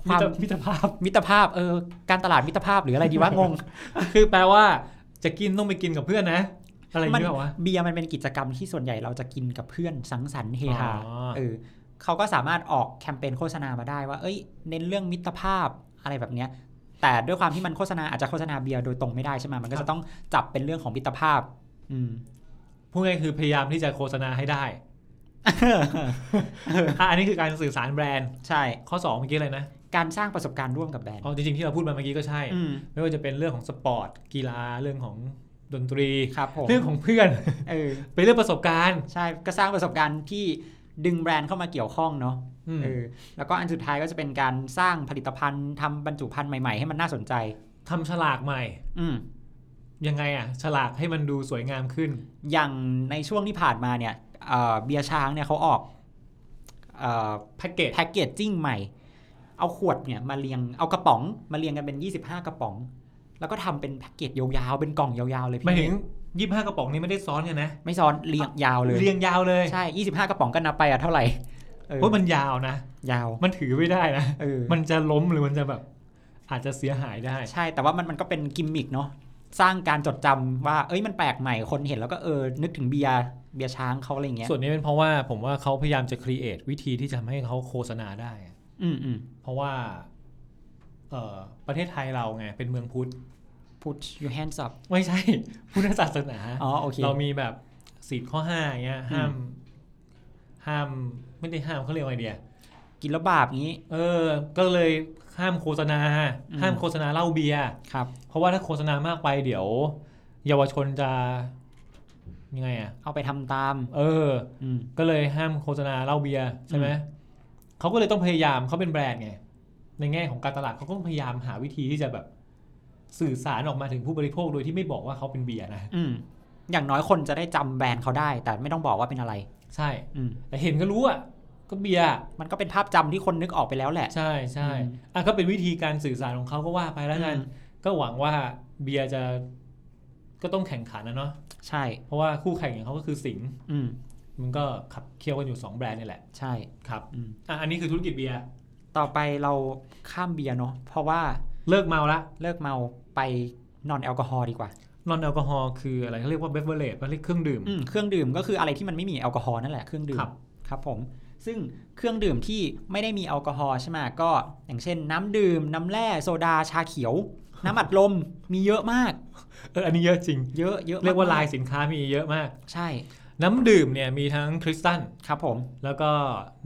Speaker 2: ค
Speaker 3: มิ
Speaker 2: วาม
Speaker 3: ตรมิตรภาพ
Speaker 2: มิตรภาพเออการตลาดมิตรภาพหรืออะไรดีวะ งง
Speaker 3: คือแปลว่าจะกินต้องไปกินกับเพื่อนนะ อะไรอย่าง
Speaker 2: มั
Speaker 3: เงี้ยเหรอวะ
Speaker 2: เบียร์มันเป็นกิจกรรมที่ส่วนใหญ่เราจะกินกับเพื่อนสังสรรค์เฮฮา
Speaker 3: อ๋อ
Speaker 2: เออเขาก็สามารถออกแคมเปญโฆษณามาได้ว่าเอ้ย เน้นเรื่องมิตรภาพอะไรแบบเนี้ย แต่ด้วยความที่มันโฆษณาอาจจะโฆษณาเบียร์โดยตรงไม่ได้ใช่ไหมมันก็จะต้องจับเป็นเรื่องของมิตรภาพ อื ม
Speaker 3: พูดง่ายๆคือพยายามที่จะโฆษณาให้ได้ อ่ะอันนี้คือการสื่อสารแบรนด์
Speaker 2: ใช่
Speaker 3: ข้อ 2 เมื่อกี้อะไรนะ
Speaker 2: การสร้างประสบการณ์ร่วมกับแบรนด์
Speaker 3: อ๋อจริงๆที่เราพูดมาเมื่อกี้ก็ใช่
Speaker 2: อืม
Speaker 3: ไม่ว่าจะเป็นเรื่องของสปอร์ต กีฬาเรื่องของดนตรี
Speaker 2: ครับผม
Speaker 3: เรื่องของเพื่อน
Speaker 2: เออ
Speaker 3: เป็นเรื่องประสบการณ์
Speaker 2: ใช่ ก็สร้างประสบการณ์ที่ดึงแบรนด์เข้ามาเกี่ยวข้องเนาะ
Speaker 3: อืม
Speaker 2: เออแล้วก็อันสุดท้ายก็จะเป็นการสร้างผลิตภัณฑ์ทำบรรจุภัณฑ์ใหม่ๆ ให้มันน่าสนใจ
Speaker 3: ทำฉลากใหม่
Speaker 2: อืม
Speaker 3: ยังไงอ่ะ ฉลากให้มันดูสวยงามขึ้น
Speaker 2: อย่างในช่วงที่ผ่านมาเนี่ยเอ่อเบียร์ช้างเนี่ยเขาออกเอ่อ
Speaker 3: แพ็กเกจ
Speaker 2: แพ็กเกจจิ้งใหม่ เอาขวดเนี่ยมาเรียงเอากระป๋องมาเรียงกันเป็น 25 กระป๋อง แล้วก็ทำเป็นแพ็กเกจยาวๆเป็นกล่องยาวๆเลย
Speaker 3: หมาย
Speaker 2: พ
Speaker 3: ถึ
Speaker 2: ี่
Speaker 3: ง 25 กระป๋องนี้ไม่ได้ซ้อนกันนะ
Speaker 2: ไม่ซ้อนเรียงยาวเลย
Speaker 3: เรียงยาวเลย
Speaker 2: ใช่ 25 กระป๋องก็นับไปอะเท่าไหร่เออ
Speaker 3: เพราะมันยาวนะ
Speaker 2: ยาว
Speaker 3: มันถือไม่ได้นะ
Speaker 2: เออ
Speaker 3: มันจะล้มหรือมันจะแบบอาจจะเสียหายได้
Speaker 2: ใช่แต่ว่ามันมันก็เป็นกิมมิกเนาะสร้างการจดจำว่าเอ้ยมันแปลกใหม่คนเห็นแล้วก็เออนึกถึงเบียร์เบียร์ช้างเขาอะไรอย่างเงี้ย
Speaker 3: ส่วนนี้เป็นเพราะว่าผมว่าเขาพยายามจะครีเอทวิธีที่จะทำให้เขาโฆษณาได้อะ
Speaker 2: อืมอืม
Speaker 3: เพราะว่าเอ่อประเทศไทยเราไง เป็นเมืองพุทธ
Speaker 2: พูด your hands up
Speaker 3: ไม่ใช่ พุทธศาสนา
Speaker 2: อ๋อโอเค
Speaker 3: เรามีแบบศีลข้อห้าอย่างเงี้ย
Speaker 2: อืม
Speaker 3: ห้าม ห้ามไม่ได้ห้ามเขาเรียกว่าไอเดีย
Speaker 2: กินแล้วบาปงี้
Speaker 3: เออ ก็เลยห้ามโฆษณา
Speaker 2: อืม
Speaker 3: ห้ามโฆษณาเหล้าเบียร์
Speaker 2: ครับ
Speaker 3: เพราะว่าถ้าโฆษณามากไปเดี๋ยว เยาวชนจะยังไงอ่ะ
Speaker 2: เอาไปทำตาม
Speaker 3: เออ
Speaker 2: อืม
Speaker 3: ก็เลยห้ามโฆษณาเหล้าเบียร์ใช่ไหม เขาก็เลยต้องพยายามเขาเป็นแบรนด์ไง ในแง่ของการตลาดเขาก็พยายามหาวิธีที่จะแบบสื่อสารออกมาถึงผู้บริโภคโดยที่ไม่บอกว่าเขาเป็นเบียร์นะ
Speaker 2: อืมอย่างน้อยคนจะได้จำแบรนด์เขาได้ แต่ไม่ต้องบอกว่าเป็นอะไร
Speaker 3: ใช่
Speaker 2: อืม
Speaker 3: แต่เห็นก็รู้อ่ะ ก็เบียร์อะ
Speaker 2: มันก็เป็นภาพจำที่คนนึกออกไปแล้วแหละ
Speaker 3: ใช่ใช่
Speaker 2: อืม
Speaker 3: อ่ะก็เป็นวิธีการสื่อสารของเขาก็ว่าไปแล้วกัน
Speaker 2: อืม
Speaker 3: ก็หวังว่าเบียร์จะก็ต้องแข่งขันนะเนาะ
Speaker 2: ใช่
Speaker 3: เพราะว่าคู่แข่งอย่างเขาก็คือสิงห์
Speaker 2: อืม
Speaker 3: มันก็ขับเคี่ยวกันอยู่สองแบรนด์นี่แหละ
Speaker 2: ใช่
Speaker 3: ครับ
Speaker 2: อืม
Speaker 3: อ่ะ อันนี้คือธุรกิจเบียร์
Speaker 2: ต่อไปเราข้ามเบียร์เนาะเพราะว่า
Speaker 3: เลิกเมาละ
Speaker 2: เลิกเมาไปนอนแอลกอฮอล์ดีกว่า
Speaker 3: นอนแอลกอฮอล์คืออะไรเขาเรียกว่าเบเวอร์เรจเขาเรียกเครื่องดื่ม
Speaker 2: อืมเครื่องดื่มก็คืออะไรที่มันไม่มีแอลกอฮอล์นั่นแหละเครื่องดื่ม
Speaker 3: ครับ
Speaker 2: ครับผม ซึ่งเครื่องดื่มที่ไม่ได้มีแอลกอฮอล์ใช่ไหมก็อย่างเช่น น้ำดื่ม น้ำแร่โซดาชาเขียว น้ำอัดลมมีเยอะมาก
Speaker 3: เอออันนี้เยอะจริง
Speaker 2: เยอะเยอะม
Speaker 3: เรียกว่าลายสินค้ามีเยอะมาก
Speaker 2: ใช่
Speaker 3: น้ำดื่มเนี่ยมีทั้งคริสตัล
Speaker 2: ครับผม
Speaker 3: แล้วก็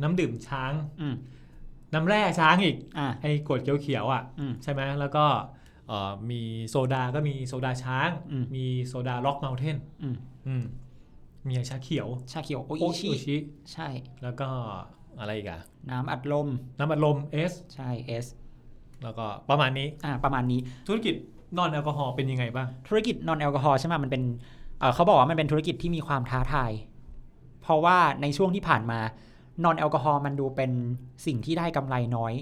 Speaker 3: น้ำดื่มช้าง
Speaker 2: อืม
Speaker 3: น้ำแร่ช้างอีก
Speaker 2: อ่า
Speaker 3: ไอ้กรดเขียวๆอ่ะ
Speaker 2: อืม
Speaker 3: ใช่ไหมแล้วก็เอ่อมีโซดาก็มีโซดาช้าง
Speaker 2: อืม
Speaker 3: มีโซดาล็อกเมลเทน
Speaker 2: อืม
Speaker 3: มีชาเขียว
Speaker 2: ชาเขียวโอ
Speaker 3: โอ
Speaker 2: อิชิ
Speaker 3: โอชิ
Speaker 2: ใช่
Speaker 3: แล้วก็อะไรอีกอะ
Speaker 2: น้ำอัดลม
Speaker 3: น้ำอัดลมเอส
Speaker 2: ใช่เอส
Speaker 3: แล้วก็ประมาณนี้
Speaker 2: อ่าประมาณนี้
Speaker 3: ธุรกิจนอนแอลกอฮอล์เป็นยังไงบ้าง
Speaker 2: ธุรกิจนอนแอลกอฮอล์ใช่ไหมมันเป็นเอ่อเขาบอกว่ามันเป็นธุรกิจที่มีความท้าทาย เพราะว่าในช่วงที่ผ่านมานอนแอลกอฮอล์มันดูเป็นสิ่งที่ได้กำไรน้อย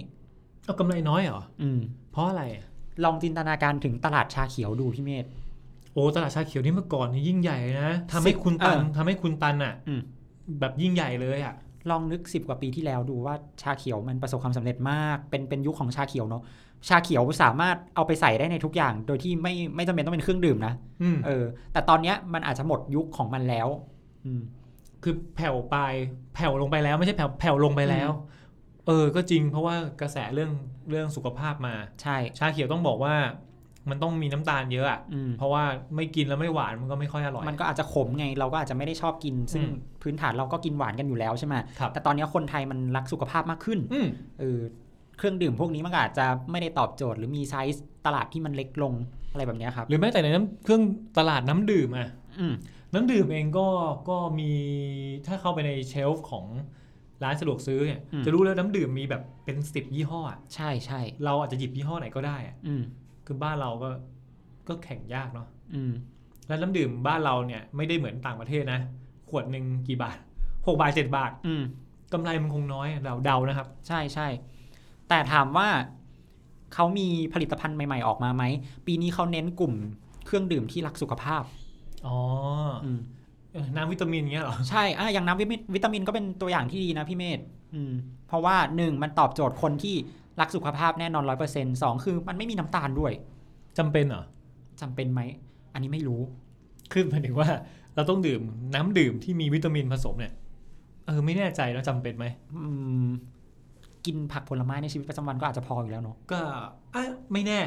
Speaker 3: เอากำไรน้อยเหรอ
Speaker 2: อืม
Speaker 3: เพราะอะไรอะ
Speaker 2: ลองจินตนาการถึงตลาดชาเขียวดูพี่เมธ
Speaker 3: โอ้ตลาดชาเขียวนี่เมื่อก่อนนี่ยิ่งใหญ่เลยนะ
Speaker 2: สิ
Speaker 3: ทำให้
Speaker 2: บ
Speaker 3: คุณตัน
Speaker 2: เออ
Speaker 3: ทำให้คุณตันอ่ะ
Speaker 2: อืม
Speaker 3: แบบยิ่งใหญ่เลยอ่ะ
Speaker 2: ลองนึกสิบกว่าปีที่แล้วดูว่าชาเขียวมันประสบความสำเร็จมาก เป็นเป็นยุคของชาเขียวเนาะชาเขียวสามารถเอาไปใส่ได้ในทุกอย่าง โดยที่ไม่ไม่จำเป็นต้องเป็นเครื่องดื่มนะ
Speaker 3: อืม
Speaker 2: เออ แต่ตอนเนี้ยมันอาจจะหมดยุคของมันแล้ว อืม
Speaker 3: คือแผ่วไปแผ่วลงไปแล้วไม่ใช่แผ่วแผ่วลงไปแล้ว เออ ก็จริงเพราะว่ากระแสเรื่องเรื่องสุขภาพมา
Speaker 2: ใช่
Speaker 3: ชาเขียวต้องบอกว่า มันต้องมีน้ำตาลเยอะอะ
Speaker 2: อืม
Speaker 3: เพราะว่าไม่กินแล้วไม่หวานมันก็ไม่ค่อยอร่อย
Speaker 2: มันก็อาจจะขมไงเราก็อาจจะไม่ได้ชอบกิน ซึ่ง
Speaker 3: อืม
Speaker 2: พื้นฐานเราก็กินหวานกันอยู่แล้วใช่ไหม
Speaker 3: ครับ
Speaker 2: แต่ตอนนี้คนไทยมันรักสุขภาพมากขึ้น
Speaker 3: อืม
Speaker 2: เออเครื่องดื่มพวกนี้มันก็อาจจะไม่ได้ตอบโจทย์หรือมีไซส์ตลาดที่มันเล็กลงอะไรแบบเนี้ยครับ
Speaker 3: หรือแม้แต่ในน้ำเครื่องตลาดน้ำดื่มอะ
Speaker 2: อืม
Speaker 3: น้ำดื่มเองก็ก็มีถ้าเข้าไปในเชลฟ์ของร้านสะดวกซื้อเนี่ยจะรู้แล้วน้ำดื่มมีแบบเป็นสิบยี่ห้ออะ
Speaker 2: ใช่ใช่
Speaker 3: เราอาจจะหยิบยี่ห้อไหนก็ได้อะ
Speaker 2: อืม
Speaker 3: คือบ้านเราก็ก็แข่งยากเนาะ
Speaker 2: อืม
Speaker 3: แล้วน้ำดื่มบ้านเราเนี่ยไม่ได้เหมือนต่างประเทศนะ ขวดหนึ่งกี่บาทหกบาทเจ็ดบาท
Speaker 2: อืม
Speaker 3: กำไรมันคงน้อยเราเดานะครับ
Speaker 2: ใช่ใช่แต่ถามว่าเขามีผลิตภัณฑ์ใหม่ๆออกมาไหม ปีนี้เขาเน้นกลุ่มเครื่องดื่มที่รักสุขภาพ
Speaker 3: อ๋อ
Speaker 2: อืม
Speaker 3: เออน้ำวิตามินเงี้ยเหรอ
Speaker 2: ใช่อ่ะอย่างน้ำวิตามินวิตามินก็เป็นตัวอย่างที่ดีนะพี่เมธอืมเพราะว่าหนึ่งมันตอบโจทย์คนที่รักสุขภาพแน่นอนร้อยเปอร์เซ็นต์สองคือมันไม่มีน้ำตาลด้วย
Speaker 3: จำเป็นเหรอ
Speaker 2: จำเป็นไหมอันนี้ไม่รู้
Speaker 3: คือหมายถึงว่าเราต้องดื่มน้ำดื่มที่มีวิตามินผสมเนี่ย เออไม่แน่ใจแล้วจำเป็นไหม
Speaker 2: อืมกินผักผลไม้ในชีวิตประจำวันก็อาจจะพออยู่แล้วเนาะ
Speaker 3: ก็อ่ะไม่แน่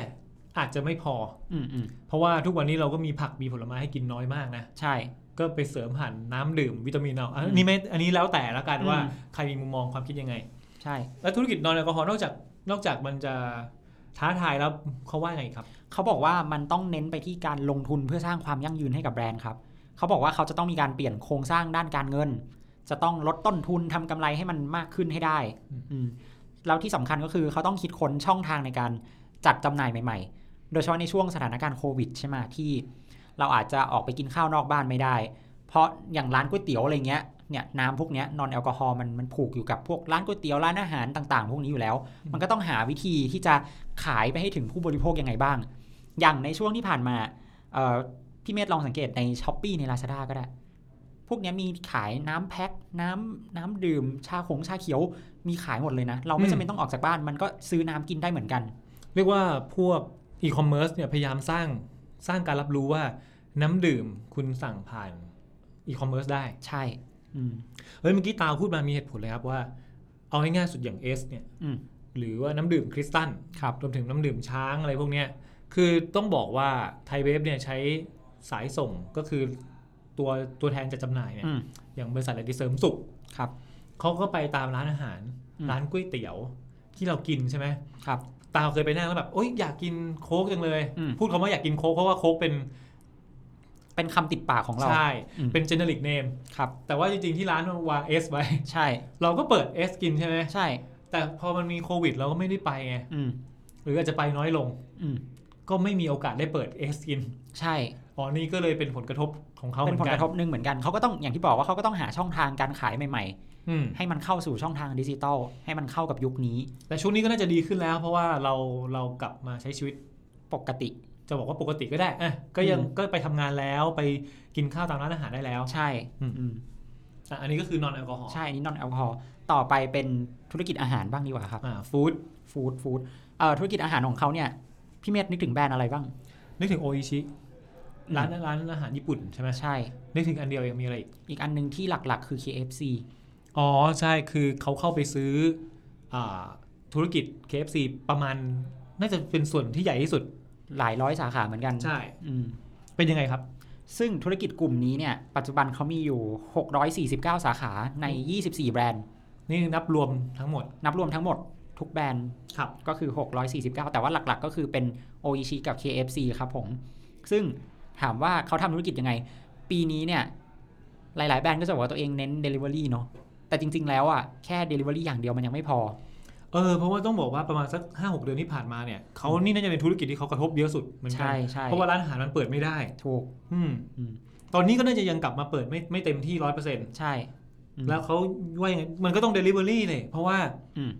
Speaker 3: อาจจะไม่พอ
Speaker 2: อืมอืม
Speaker 3: เพราะว่าทุกวันนี้เราก็มีผักมีผลไม้ให้กินน้อยมากนะ
Speaker 2: ใช่
Speaker 3: ก็ไปเสริมผ่านน้ำดื่มวิตามินเอาอั
Speaker 2: อืม
Speaker 3: นนี้ไม่อันนี้แล้วแต่ละกัน
Speaker 2: อืม
Speaker 3: ว่าใครมีมุมมองความคิดยังไง
Speaker 2: ใช่
Speaker 3: แล้วธุรกิจนอนแอลกอฮอล์นอกจากนอกจากมันจะท้าทายแล้วเขาว่าไงครับ
Speaker 2: เขาบอกว่ามันต้องเน้นไปที่การลงทุนเพื่อสร้างความยั่งยืนให้กับแบรนด์ครับ เขาบอกว่าเขาจะต้องมีการเปลี่ยนโครงสร้างด้านการเงิน จะต้องลดต้นทุนทำกำไรให้มันมากขึ้นให้ได้
Speaker 3: อืม
Speaker 2: อืมแล้วที่สำคัญก็คือเขาต้องคิดค้นช่องทางในการจัดจำหน่ายใหม่ ๆ โดยเฉพาะในช่วงสถานการณ์โควิดใช่ไหมที่ เราอาจจะออกไปกินข้าวนอกบ้านไม่ได้ เพราะอย่างร้านก๋วยเตี๋ยวอะไรเงี้ยเนี่ยน้ำพวกเนี้ยนอนแอลกอฮอล์มันมันผูกอยู่กับพวกร้านก๋วยเตี๋ยวร้านอาหารต่างๆ พวกนี้อยู่แล้ว มันก็ต้องหาวิธีที่จะขายไปให้ถึงผู้บริโภคยังไงบ้าง อย่างในช่วงที่ผ่านมาเอ่อพี่เมธลองสังเกตในช้อปปีใน Lazada ก็ได้ พวกเนี้ยมีขายน้ำแพ็คน้ำน้ำดื่ม ชาขงชาเขียวมีขายหมดเลยนะ เราไม่
Speaker 3: อืม
Speaker 2: จำเป็นต้องออกจากบ้านมันก็ซื้อน้ำกินได้เหมือนกัน
Speaker 3: เรียกว่าพวกอีคอมเมิร์ซเนี่ยพยายามสร้างสร้างการรับรู้ว่าน้ำดื่มคุณสั่งผ่านอีคอมเมิร์ซได้
Speaker 2: ใช่อืม
Speaker 3: เฮ้ยเมื่อกี้ตาพูดมามีเหตุผลเลยครับว่า เอาง่ายๆสุดอย่างเอสเนี่ย
Speaker 2: อืม
Speaker 3: หรือว่าน้ำดื่มคริสตัล
Speaker 2: ครับ
Speaker 3: รวมถึงน้ำดื่มช้างอะไรพวกเนี้ยคือต้องบอกว่าไทยเวฟเนี่ยใช้สายส่งก็คือตัวตัวแทนจัดจำหน่ายเนี่ย
Speaker 2: อืม
Speaker 3: อย่างบริษัทอะไรที่เสริมสุข
Speaker 2: ครับ
Speaker 3: เขาก็ไปตามร้านอาหาร
Speaker 2: อืม
Speaker 3: ร้านก๋วยเตี๋ยวที่เรากินใช่ไหม
Speaker 2: ครับ
Speaker 3: ตาเคยไปนั่งแล้วแบบโอ๊ยอยากกินโค้กจังเลย
Speaker 2: อืม
Speaker 3: พูดคำว่าอยากกินโค้กเพราะว่าโค้กเป็น
Speaker 2: เป็นคำติดปากของเรา
Speaker 3: ใช่
Speaker 2: อืม
Speaker 3: เป็นเจเนริกเนม
Speaker 2: ครับ
Speaker 3: แต่ว่าจริงๆที่ร้านมันวางเอสไว้
Speaker 2: ใช่
Speaker 3: เราก็เปิดเอสกินใช่ไหม
Speaker 2: ใช่
Speaker 3: แต่พอมันมีโควิดเราก็ไม่ได้ไปไง
Speaker 2: อืม
Speaker 3: หรืออาจจะไปน้อยลง
Speaker 2: อืม
Speaker 3: ก็ไม่มีโอกาสได้เปิดเอสกิน
Speaker 2: ใช่
Speaker 3: อ๋อนี่ก็เลยเป็นผลกระทบของเขาเห
Speaker 2: เป็น
Speaker 3: มือน
Speaker 2: ผล
Speaker 3: กั
Speaker 2: ก
Speaker 3: น
Speaker 2: ระทบหนึ่งเหมือนกันเขาก็ต้องอย่างที่บอกว่าเขาก็ต้องหาช่องทางการขายใหม่
Speaker 3: อืม
Speaker 2: ๆ ให้มันเข้าสู่ช่องทางดิจิทัลให้มันเข้ากับยุคนี้
Speaker 3: แต่ช่วงนี้ก็น่าจะดีขึ้นแล้ว เพราะว่าเราเรากลับมาใช้ชีวิต
Speaker 2: ปกติ
Speaker 3: จะบอกว่าปกติก็ได้อ่ะก็ยัง
Speaker 2: อืม
Speaker 3: ก็ไปทำงานแล้วไปกินข้าวตามร้านอาหารได้แล้ว
Speaker 2: ใช่
Speaker 3: อืม
Speaker 2: อืม
Speaker 3: อ่ะอันนี้ก็คือนอนแอลกอฮอล์
Speaker 2: ใช่อันนี้นอนแอลกอฮอล์ต่อไปเป็นธุรกิจอาหารบ้างดีกว่าครับ
Speaker 3: อ่าฟู้ด
Speaker 2: ฟู้ดฟู้ดเอ่อธุรกิจอาหารของเขาเนี่ยพี่เมธนึกถึงแบรนด์อะไรบ้าง
Speaker 3: นึกถึงโออิชิ
Speaker 2: อืม
Speaker 3: ร้านร้านอาหารญี่ปุ่นใช่ไหม
Speaker 2: ใช่
Speaker 3: นึกถึงอันเดียวยังมีอะไรอีก
Speaker 2: อีกอันหนึงที่หลักๆ คือ KFC
Speaker 3: อ๋อใช่คือเขาเข้าไปซื้ออ่าธุรกิจ KFC ประมาณ น่าจะเป็นส่วนที่ใหญ่ที่สุด
Speaker 2: หลายร้อยสาขาเหมือนกัน
Speaker 3: ใช่
Speaker 2: อืม
Speaker 3: เป็นยังไงครับ
Speaker 2: ซึ่งธุรกิจกลุ่มนี้เนี่ยปัจจุบันเขามีอยู่ 649 สาขาใน 24 แบรนด์
Speaker 3: นี่นับรวมทั้งหมด
Speaker 2: นับรวมทั้งหมดทุกแบรนด์
Speaker 3: ครับ
Speaker 2: ก็คือ 649 แต่ว่าหลัก ๆ ก็คือเป็นโออิชิกับ KFC ครับผม ซึ่งถามว่าเขาทำธุรกิจยังไง ปีนี้เนี่ย หลาย ๆ แบรนด์ก็จะบอกว่าตัวเองเน้น Delivery เนาะ แต่จริง ๆ แล้วอ่ะ แค่ Delivery อย่างเดียวมันยังไม่พอ
Speaker 3: เออ เพราะว่าต้องบอกว่าประมาณสัก 5 6 เดือนที่ผ่านมาเนี่ย เขานี่น่าจะเป็นธุรกิจที่เขากระทบเยอะสุดเหมือนกั
Speaker 2: ใช่ใช่
Speaker 3: เพราะว่าร้านอาหารมันเปิดไม่ได้
Speaker 2: ถูก
Speaker 3: อืม
Speaker 2: อืม
Speaker 3: ตอนนี้ก็น่าจะยังกลับมาเปิดไม่ไม่เต็มที่ร้อยเปอร์เซ็นต์
Speaker 2: ใช่อืม
Speaker 3: แล้วเขาว่ายังไง มันก็ต้องเดลิเวอรี่เลย เพราะว่า
Speaker 2: อืม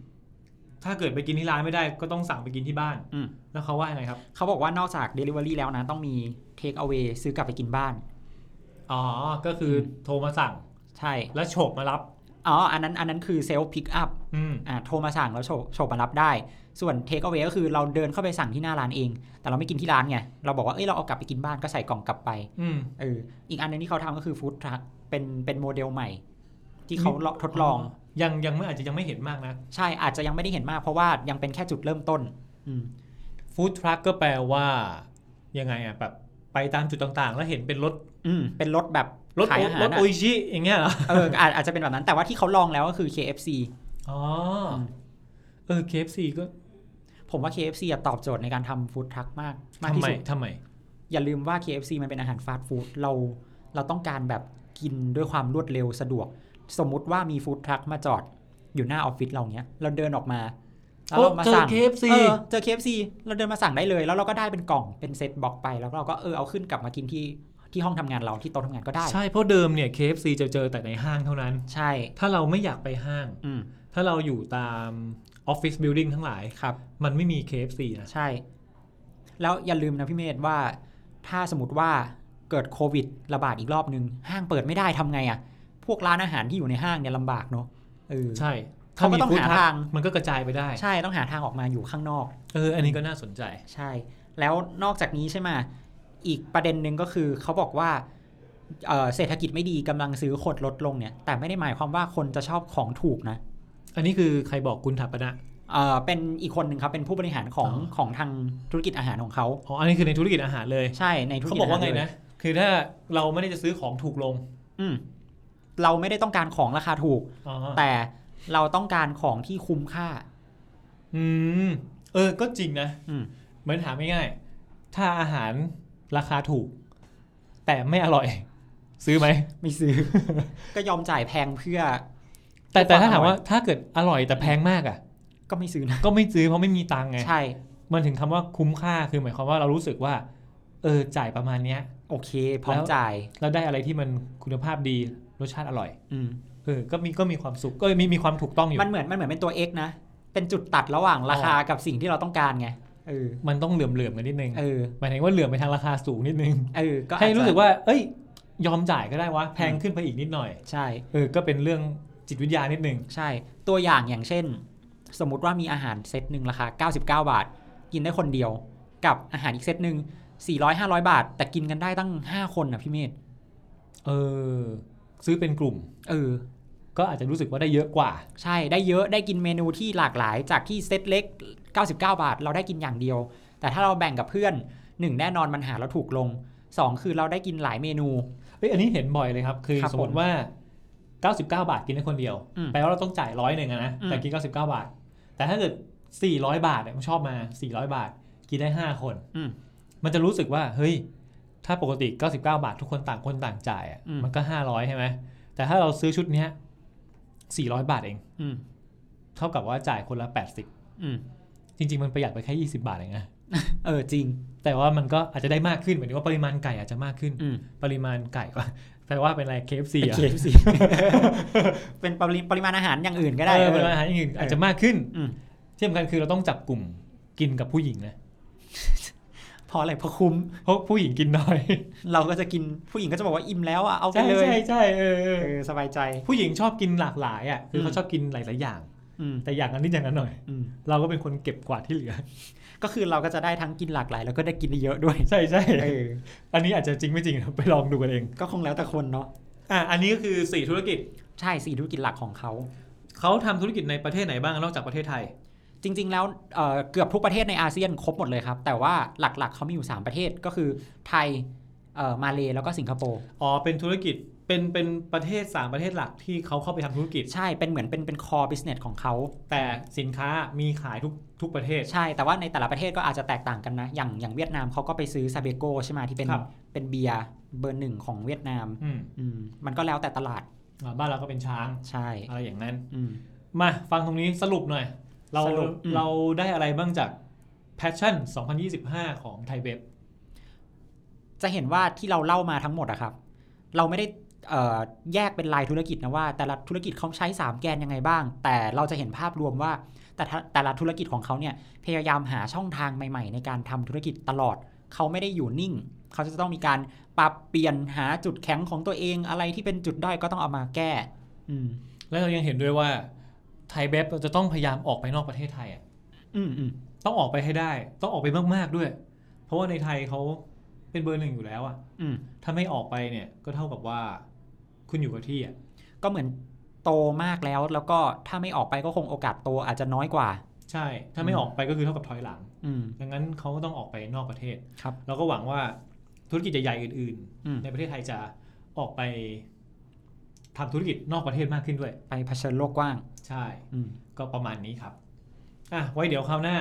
Speaker 3: ถ้าเกิดไปกินที่ร้านไม่ได้ก็ต้องสั่งไปกินที่บ้าน
Speaker 2: อืม
Speaker 3: แล้วเขาว่ายังไงครับ
Speaker 2: เขาบอกว่านอกจาก Delivery แล้วนะ ต้องมี Take Away ซื้อกลับไปกินบ้าน
Speaker 3: อ๋อ ก็คืออโทรมาสั่ง
Speaker 2: ใช่
Speaker 3: แล้วโฉบมารับ
Speaker 2: อ๋อ อันนั้น อันนั้นคือ Self Pick Up
Speaker 3: อืม
Speaker 2: อ่าโทรมาสั่งแล้วโฉบโฉบมารับได้ ส่วน Take Away ก็คือเราเดินเข้าไปสั่งที่หน้าร้านเอง แต่เราไม่กินที่ร้านไง เราบอกว่า เอ้ย เราเอากลับไปกินบ้านก็ใส่กล่องกลับไป
Speaker 3: อืม
Speaker 2: เออ อีกอันหนึงที่เขาทำก็คือฟู้ดทรัค เป็นเป็นโมเดลใหม่ ที่เขาลองทดลอง
Speaker 3: ยังยังไม่อาจจะยังไม่เห็นมากนะ
Speaker 2: ใช่อาจจะยังไม่ได้เห็นมากเพราะว่ายังเป็นแค่จุดเริ่มต้น อืม
Speaker 3: ฟู้ดทรัคก็แปลว่า ยังไงอ่ะแบบไปตามจุดต่างๆ แล้วเห็นเป็นรถ
Speaker 2: อืมเป็นรถแบบ
Speaker 3: รถ
Speaker 2: ขายอาหาร
Speaker 3: รถ
Speaker 2: อะ
Speaker 3: โออิชิอย่างเงี้ยเหรอ
Speaker 2: เอออาจอาจจะเป็นแบบนั้นแต่ว่าที่เขาลองแล้วก็คือ KFC
Speaker 3: อ๋ออ
Speaker 2: ม
Speaker 3: เออ KFC ก็
Speaker 2: ผมว่า KFC อะตอบโจทย์ในการทำฟู้ดทรัคมากมาก
Speaker 3: ทำ
Speaker 2: ที่
Speaker 3: ไม
Speaker 2: สุด
Speaker 3: ทำไม
Speaker 2: อย่าลืมว่า KFC มันเป็นอาหารฟาสต์ฟู้ดเราเราต้องการแบบกินด้วยความรวดเร็วสะดวก สมมุติว่ามีฟู้ดทรัคมาจอดอยู่หน้าออฟฟิศเราเนี้ย เราเดินออกมาแล้วเรามา
Speaker 3: โอ้เจอ
Speaker 2: สั่ง
Speaker 3: KFC
Speaker 2: เออเจอ KFC เราเดินมาสั่งได้เลย แล้วเราก็ได้เป็นกล่องเป็นเซตบอกไปแล้วเราก็เออเอาขึ้นกลับมากินที่ที่ห้องทำงานเราที่โต๊ะทำงานก็ได้
Speaker 3: ใช่เพราะเดิมเนี่ย KFC จะเจอแต่ในห้างเท่านั้น
Speaker 2: ใช่
Speaker 3: ถ้าเราไม่อยากไปห้าง
Speaker 2: อืม
Speaker 3: ถ้าเราอยู่ตามออฟฟิศบิลดิ่งทั้งหลาย
Speaker 2: ครับ
Speaker 3: มันไม่มี KFC นะ
Speaker 2: ใช่ แล้วอย่าลืมนะพี่เมธว่า ถ้าสมมติว่าเกิดโควิดระบาดอีกรอบนึง ห้างเปิดไม่ได้ทำไงอะ่ะ พวกร้านอาหารที่อยู่ในห้างเนี่ยลำบากเนอะเออ
Speaker 3: ใช่
Speaker 2: เขาก็ต้อง
Speaker 3: มี food
Speaker 2: หา
Speaker 3: truck
Speaker 2: ทาง
Speaker 3: มันก็กระจายไปได้
Speaker 2: ใช่ต้องหาทางออกมาอยู่ข้างนอก
Speaker 3: เออ อันนี้ก็น่าสนใจ
Speaker 2: ใช่ แล้วนอกจากนี้ใช่ไหมอีกประเด็นหนึ่งก็คือเขาบอกว่าเอ่อเศรษฐกิจไม่ดีกำลังซื้อคนลดลงเนี่ย แต่ไม่ได้หมายความว่าคนจะชอบของถูกนะ
Speaker 3: อันนี้คือใครบอกคุณถัปนะ
Speaker 2: เอ่อเป็นอีกคนหนึ่งครับเป็นผู้บริหารของ
Speaker 3: อ๋อ
Speaker 2: ของทางธุรกิจอาหารของเขา
Speaker 3: อ๋อ อันนี้คือในธุรกิจอาหารเลย
Speaker 2: ใช่ในธุร
Speaker 3: เขา
Speaker 2: กิจ
Speaker 3: บอกว่า
Speaker 2: ห
Speaker 3: ไง
Speaker 2: รลย
Speaker 3: นะ คือถ้าเราไม่ได้จะซื้อของถูกลง
Speaker 2: อืมเราไม่ได้ต้องการของราคาถูก
Speaker 3: อ๋อ
Speaker 2: แต่เราต้องการของที่คุ้มค่า
Speaker 3: อืม เออ ก็จริงนะ
Speaker 2: อืม
Speaker 3: เหมือนถามง่ายๆ ถ้าอาหารราคาถูก แต่ไม่อร่อย ซื้อไหม
Speaker 2: ไม่ ซื้อ ก็ยอมจ่ายแพงเพื่อ
Speaker 3: แต่แต่ถ้าถาม
Speaker 2: อร่อย
Speaker 3: ว่าถ้าเกิดอร่อยแต่แพงมากอ่ะ
Speaker 2: ก็ไม่ซื้อนะ
Speaker 3: ก็ไม่ซื้อเพราะไม่มีตังค์ไง
Speaker 2: ใช่
Speaker 3: มันถึงคำว่าคุ้มค่าคือหมายความว่าเรารู้สึกว่า เออ จ่ายประมาณเนี้ย
Speaker 2: โอเค พร้อม
Speaker 3: แล้ว
Speaker 2: จ่าย
Speaker 3: แล้วได้อะไรที่มันคุณภาพดี รสชาติอร่อย
Speaker 2: อืม
Speaker 3: เออ ก็มีก็มีความสุข ก็มีมีความถูกต้องอยู่
Speaker 2: มันเหมือนมันเหมือนเป็นตัว X นะ เป็นจุดตัดระหว่างราคากับสิ่งที่เราต้องการไงเออ
Speaker 3: มันต้องเหลื่อมๆกันนิดนึง
Speaker 2: เออ
Speaker 3: หมายถึงว่าเหลื่อมไปทางราคาสูงนิดนึง
Speaker 2: เออก็อจจะ
Speaker 3: ให้รู้สึกว่า เอ้ย ยอมจ่ายก็ได้วะ แพงขึ้นไปอีกนิดหน่อย
Speaker 2: ใช่
Speaker 3: เออ ก็เป็นเรื่องจิตวิทยานิดนึง
Speaker 2: ใช่ ตัวอย่างอย่างเช่น สมมติว่ามีอาหารเซตหนึ่งราคา 99 บาท กินได้คนเดียว กับอาหารอีกเซตหนึ่ง400 500 บาท แต่กินกันได้ตั้ง 5 คนนะพี่เมธ
Speaker 3: เออ ซื้อเป็นกลุ่ม
Speaker 2: เออ
Speaker 3: ก็อาจจะรู้สึกว่าได้เยอะกว่า
Speaker 2: ใช่ได้เยอะได้กินเมนูที่หลากหลาย จากที่เซตเล็ก 99 บาท เราได้กินอย่างเดียว แต่ถ้าเราแบ่งกับเพื่อน 1 แน่นอนมันหาเราถูกลง 2 คือเราได้กินหลายเมนู
Speaker 3: เอ้ย อันนี้เห็นบ่อยเลยครับ คือ
Speaker 2: ครับ
Speaker 3: สมมติว่า 99 บาทกินได้คนเดียว
Speaker 2: อืม
Speaker 3: แปลว่าเราต้องจ่ายร้อยหนึ่งอะนะ
Speaker 2: อืม
Speaker 3: แต่กิน 99 บาท แต่ถ้าเกิด 400 บาทเนี่ยผมชอบมา 400 บาท กินได้ 5 คน
Speaker 2: อืม
Speaker 3: มันจะรู้สึกว่า เฮ้ย ถ้าปกติ 99 บาท ทุกคนต่างคนต่างจ่ายอะ
Speaker 2: อืม
Speaker 3: มันก็ 500 ใช่ไหม แต่ถ้าเราซื้อชุดเนี้ย400 บาทเอง
Speaker 2: อืม
Speaker 3: เท่ากับว่าจ่ายคนละ
Speaker 2: อืม
Speaker 3: 80 จริง ๆ มันประหยัดไปแค่ 20 บาทเองนะ
Speaker 2: เออจริง
Speaker 3: แต่ว่ามันก็อาจจะได้มากขึ้นหมายถึงว่าปริมาณไก่อาจจะมากขึ้น
Speaker 2: อืม
Speaker 3: ปริมาณไก่ ก็แปลว่าเป็นอะไร KFC
Speaker 2: เป็น
Speaker 3: อะ
Speaker 2: KFC เป็นปริปริมาณอาหารอย่างอื่นก็ได้
Speaker 3: เออ
Speaker 2: เออ
Speaker 3: ปริมาณอาหารอย่างอื่นอาจจะมากขึ้น
Speaker 2: อืม
Speaker 3: ที่สำคัญคือเราต้องจับกลุ่มกินกับผู้หญิงนะ
Speaker 2: เพราะอะไรเพราะคุ้ม
Speaker 3: เพราะผู้หญิงกินน้อย
Speaker 2: เราก็จะกินผู้หญิงก็จะบอกว่าอิ่มแล้วอ่ะเอาไป
Speaker 3: ใช่
Speaker 2: เลย
Speaker 3: ใช่ใช่เออเอ
Speaker 2: เออ
Speaker 3: อ
Speaker 2: สบายใจ
Speaker 3: ผู้หญิงชอบกินหลากหลายอ่ะคือ
Speaker 2: ม
Speaker 3: อเขาชอบกินหลายๆอย่าง
Speaker 2: อืม
Speaker 3: แต่อย่างนั้นนิดอย่างนั้นหน่อย
Speaker 2: อืม
Speaker 3: เราก็เป็นคนเก็บกวาดที่เหลือ
Speaker 2: ก็คือเราก็จะได้ทั้งกินหลากหลาย แล้วก็ได้กินได้เยอะด้วย
Speaker 3: ใช่ใช่
Speaker 2: เออ
Speaker 3: อันนี้อาจจะจริงไม่จริงนะไปลองดูกันเอง
Speaker 2: ก็คงแล้วแต่คนเนาะ
Speaker 3: อ่ะอันนี้ก็คือ4ธุรกิจ
Speaker 2: ใช่สี่ธุรกิจหลักของเขา
Speaker 3: เขาทำธุรกิจในประเทศไหนบ้างนอกจากประเทศไทย
Speaker 2: จริง ๆ แล้วเอ่อเกือบทุกประเทศในอาเซียนครบหมดเลยครับ แต่ว่าหลักๆเขามีอยู่ 3 ประเทศก็คือไทยเอ่อมาเลแล้วก็สิงคโปร์
Speaker 3: อ๋อ เป็นธุรกิจ เป็น เป็นประเทศ 3 ประเทศหลักที่เขาเข้าไปทำธุรกิจ
Speaker 2: ใช่เป็นเหมือนเป็นเป็น core business ของเขา
Speaker 3: แต่สินค้ามีขายทุก ทุกประเทศ
Speaker 2: ใช่แต่ว่าในแต่ละประเทศก็อาจจะแตกต่างกันนะ อย่างอย่างเวียดนามเขาก็ไปซื้อซาเบโกใช่ไหมที่เป็น
Speaker 3: ครับ
Speaker 2: เป็นเบียร์เบอร์หนึ่งของเวียดนาม
Speaker 3: อืม
Speaker 2: อืมมันก็แล้วแต่ตลาด
Speaker 3: อ่าบ้านเราก็เป็นช้าง
Speaker 2: ใช่
Speaker 3: อะไรอย่างนั้น
Speaker 2: อืม
Speaker 3: มาฟังตรงนี้สรุปหน่อย เรา
Speaker 2: สรุปอืม
Speaker 3: เราได้อะไรบ้างจาก Passion 2025 ของไทยเว็บ
Speaker 2: จะเห็นว่าที่เราเล่ามาทั้งหมดอะครับ เราไม่ได้เอ่อแยกเป็นรายธุรกิจนะว่า แต่ละธุรกิจเขาใช้ 3 แกนยังไงบ้าง แต่เราจะเห็นภาพรวมว่า แต่ถ้าแต่ละธุรกิจของเขาเนี่ยพยายามหาช่องทางใหม่ๆ ในการทำธุรกิจตลอด เขาไม่ได้อยู่นิ่ง เขาจะต้องมีการปรับเปลี่ยนหาจุดแข็งของตัวเองอะไรที่เป็นจุดด้อยก็ต้องเอามาแก้ อืม
Speaker 3: และเรายังเห็นด้วยว่าไทยเว็บเราจะต้องพยายามออกไปนอกประเทศไทยอะ
Speaker 2: อืมอืม
Speaker 3: ต้องออกไปให้ได้ ต้องออกไปมาก ๆ ด้วย เพราะว่าในไทยเขาเป็นเบอร์หนึ่งอยู่แล้วอะ
Speaker 2: อืม
Speaker 3: ถ้าไม่ออกไปเนี่ย ก็เท่ากับว่า คุณอยู่กับที่อะ
Speaker 2: ก็เหมือนโตมากแล้วแล้วก็ถ้าไม่ออกไปก็คงโอกาสโตอาจจะน้อยกว่า
Speaker 3: ใช่ ถ้าไม่ออกไปก็คือเท่ากับถอยหลัง
Speaker 2: อืม
Speaker 3: ดังนั้นเขาก็ต้องออกไปนอกประเทศ
Speaker 2: ครับ
Speaker 3: เราก็หวังว่าธุรกิจใหญ่ๆอื่น
Speaker 2: อืม
Speaker 3: ๆ ในประเทศไทยจะออกไปทำธุรกิจนอกประเทศมากขึ้นด้วย
Speaker 2: ไปเผชิญโลกกว้าง
Speaker 3: ใช่
Speaker 2: อืม
Speaker 3: ก็ประมาณนี้ครับ อ่ะ ไว้เดี๋ยวคราวหน้า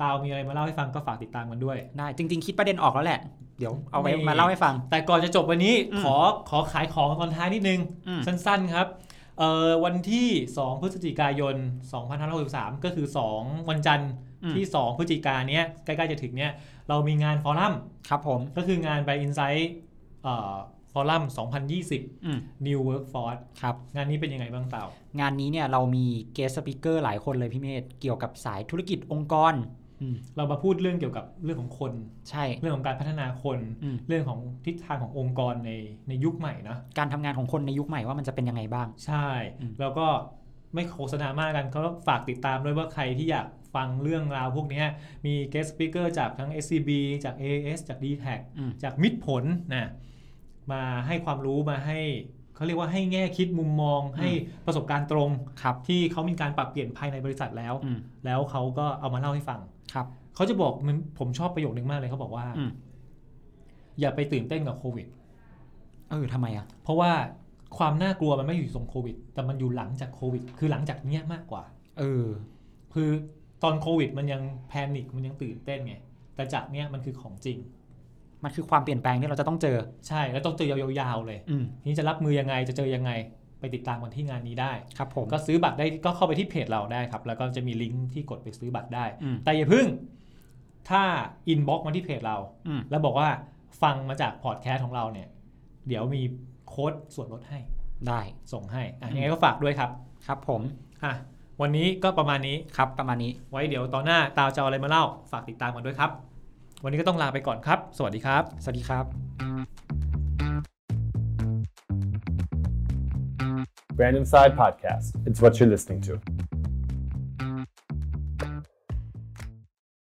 Speaker 3: ตาวมีอะไรมาเล่าให้ฟังก็ฝากติดตามกันด้วย
Speaker 2: ได้จริง ๆ คิดประเด็นออกแล้วแหละ เดี๋ยวเอาไว้
Speaker 3: นี่
Speaker 2: มาเล่าให้ฟัง
Speaker 3: แต่ก่อนจะจบวันนี้
Speaker 2: อืม
Speaker 3: ขอขอขายของตอนท้ายนิดนึง
Speaker 2: อืม
Speaker 3: สั้นๆครับเอ่อวันที่ 2 พฤศจิกายน 2563 ก็คือ 2 วันจันทร์ที่ 2 พฤศจิกายนเนี้ยใกล้ๆจะถึงเนี้ยเรามีงานฟอรัม
Speaker 2: ครับผม
Speaker 3: ก็คืองาน by Insight เอ่อฟอรัม
Speaker 2: อืม
Speaker 3: 2020 New Workforce
Speaker 2: ครับ
Speaker 3: งานนี้เป็นยังไงบ้างเต่า
Speaker 2: งานนี้เนี่ยเรามีเกสต์สปิเกอร์หลายคนเลยพี่เมธเกี่ยวกับสายธุรกิจองค์กร อืม
Speaker 3: เรามาพูดเรื่องเกี่ยวกับเรื่องของคน
Speaker 2: ใช่
Speaker 3: เรื่องของการพัฒนาคน
Speaker 2: อืม
Speaker 3: เรื่องของทิศทางขององค์กรในในยุคใหม่นะ
Speaker 2: การทำงานของคนในยุคใหม่ว่ามันจะเป็นยังไงบ้าง
Speaker 3: ใช่
Speaker 2: อืม
Speaker 3: แล้วก็ไม่โฆษณามากกันเขาฝากติดตามด้วยว่าใครที่อยากฟังเรื่องราวพวกเนี้ยมี guest speaker จากทั้ง SCB จาก AAS จาก d t a c
Speaker 2: อืม
Speaker 3: จากมิตรผลนะมาให้ความรู้มาให้เขาเรียกว่าให้แง่คิดมุมมอง ให้ประสบการณ์ตรง
Speaker 2: ครับ
Speaker 3: ที่เขามีการปรับเปลี่ยนภายในบริษัทแล้ว
Speaker 2: อืม
Speaker 3: แล้วเขาก็เอามาเล่าให้ฟัง
Speaker 2: ครับ
Speaker 3: เขาจะบอกมันผมชอบประโยคนึงมากเลยเขาบอกว่า
Speaker 2: อืม
Speaker 3: อย่าไปตื่นเต้นกับโควิด
Speaker 2: เออทำไมอ่ะ
Speaker 3: เพราะว่าความน่ากลัวมันไม่อยู่ตรงโควิด แต่มันอยู่หลังจากโควิด คือหลังจากเนี้ยมากกว่า
Speaker 2: เออ
Speaker 3: คือตอนโควิดมันยังแพนิคมันยังตื่นเต้นไง แต่จากเนี้ยมันคือของจริง
Speaker 2: มันคือความเปลี่ยนแปลงที่เราจะต้องเจอ
Speaker 3: ใช่แล้วต้องเจอยาวๆเลย
Speaker 2: อืม
Speaker 3: ทีนี้จะรับมือยังไงจะเจอยังไงไปติดตามกันที่งานนี้ได้
Speaker 2: ครับผม
Speaker 3: ก็ซื้อบัตรได้ก็เข้าไปที่เพจเราได้ครับ แล้วก็จะมีลิงก์ที่กดไปซื้อบัตรได้
Speaker 2: อืม
Speaker 3: แต่อย่าเพึ่ง ถ้าอินบ็อกมาที่เพจเรา
Speaker 2: อืม
Speaker 3: แล้วบอกว่าฟังมาจากพอดแคสต์ของเราเนี่ย เดี๋ยวมีโค้ดส่วนลดให้
Speaker 2: ได้
Speaker 3: ส่งให้อ่ะยังไงก็ฝากด้วยครับ
Speaker 2: ครับผม
Speaker 3: อ่ะวันนี้ก็ประมาณนี้
Speaker 2: ครับประมาณนี้
Speaker 3: ไว้เดี๋ยวตอนหน้าตาวจะเอาอะไรมาเล่า ฝากติดตามกันด้วยครับ วันนี้ก็ต้องลาไปก่อนครับ สวัสดีครับ
Speaker 2: สวัสดีครับ
Speaker 1: Brand Inside Podcast. It's what you're listening to.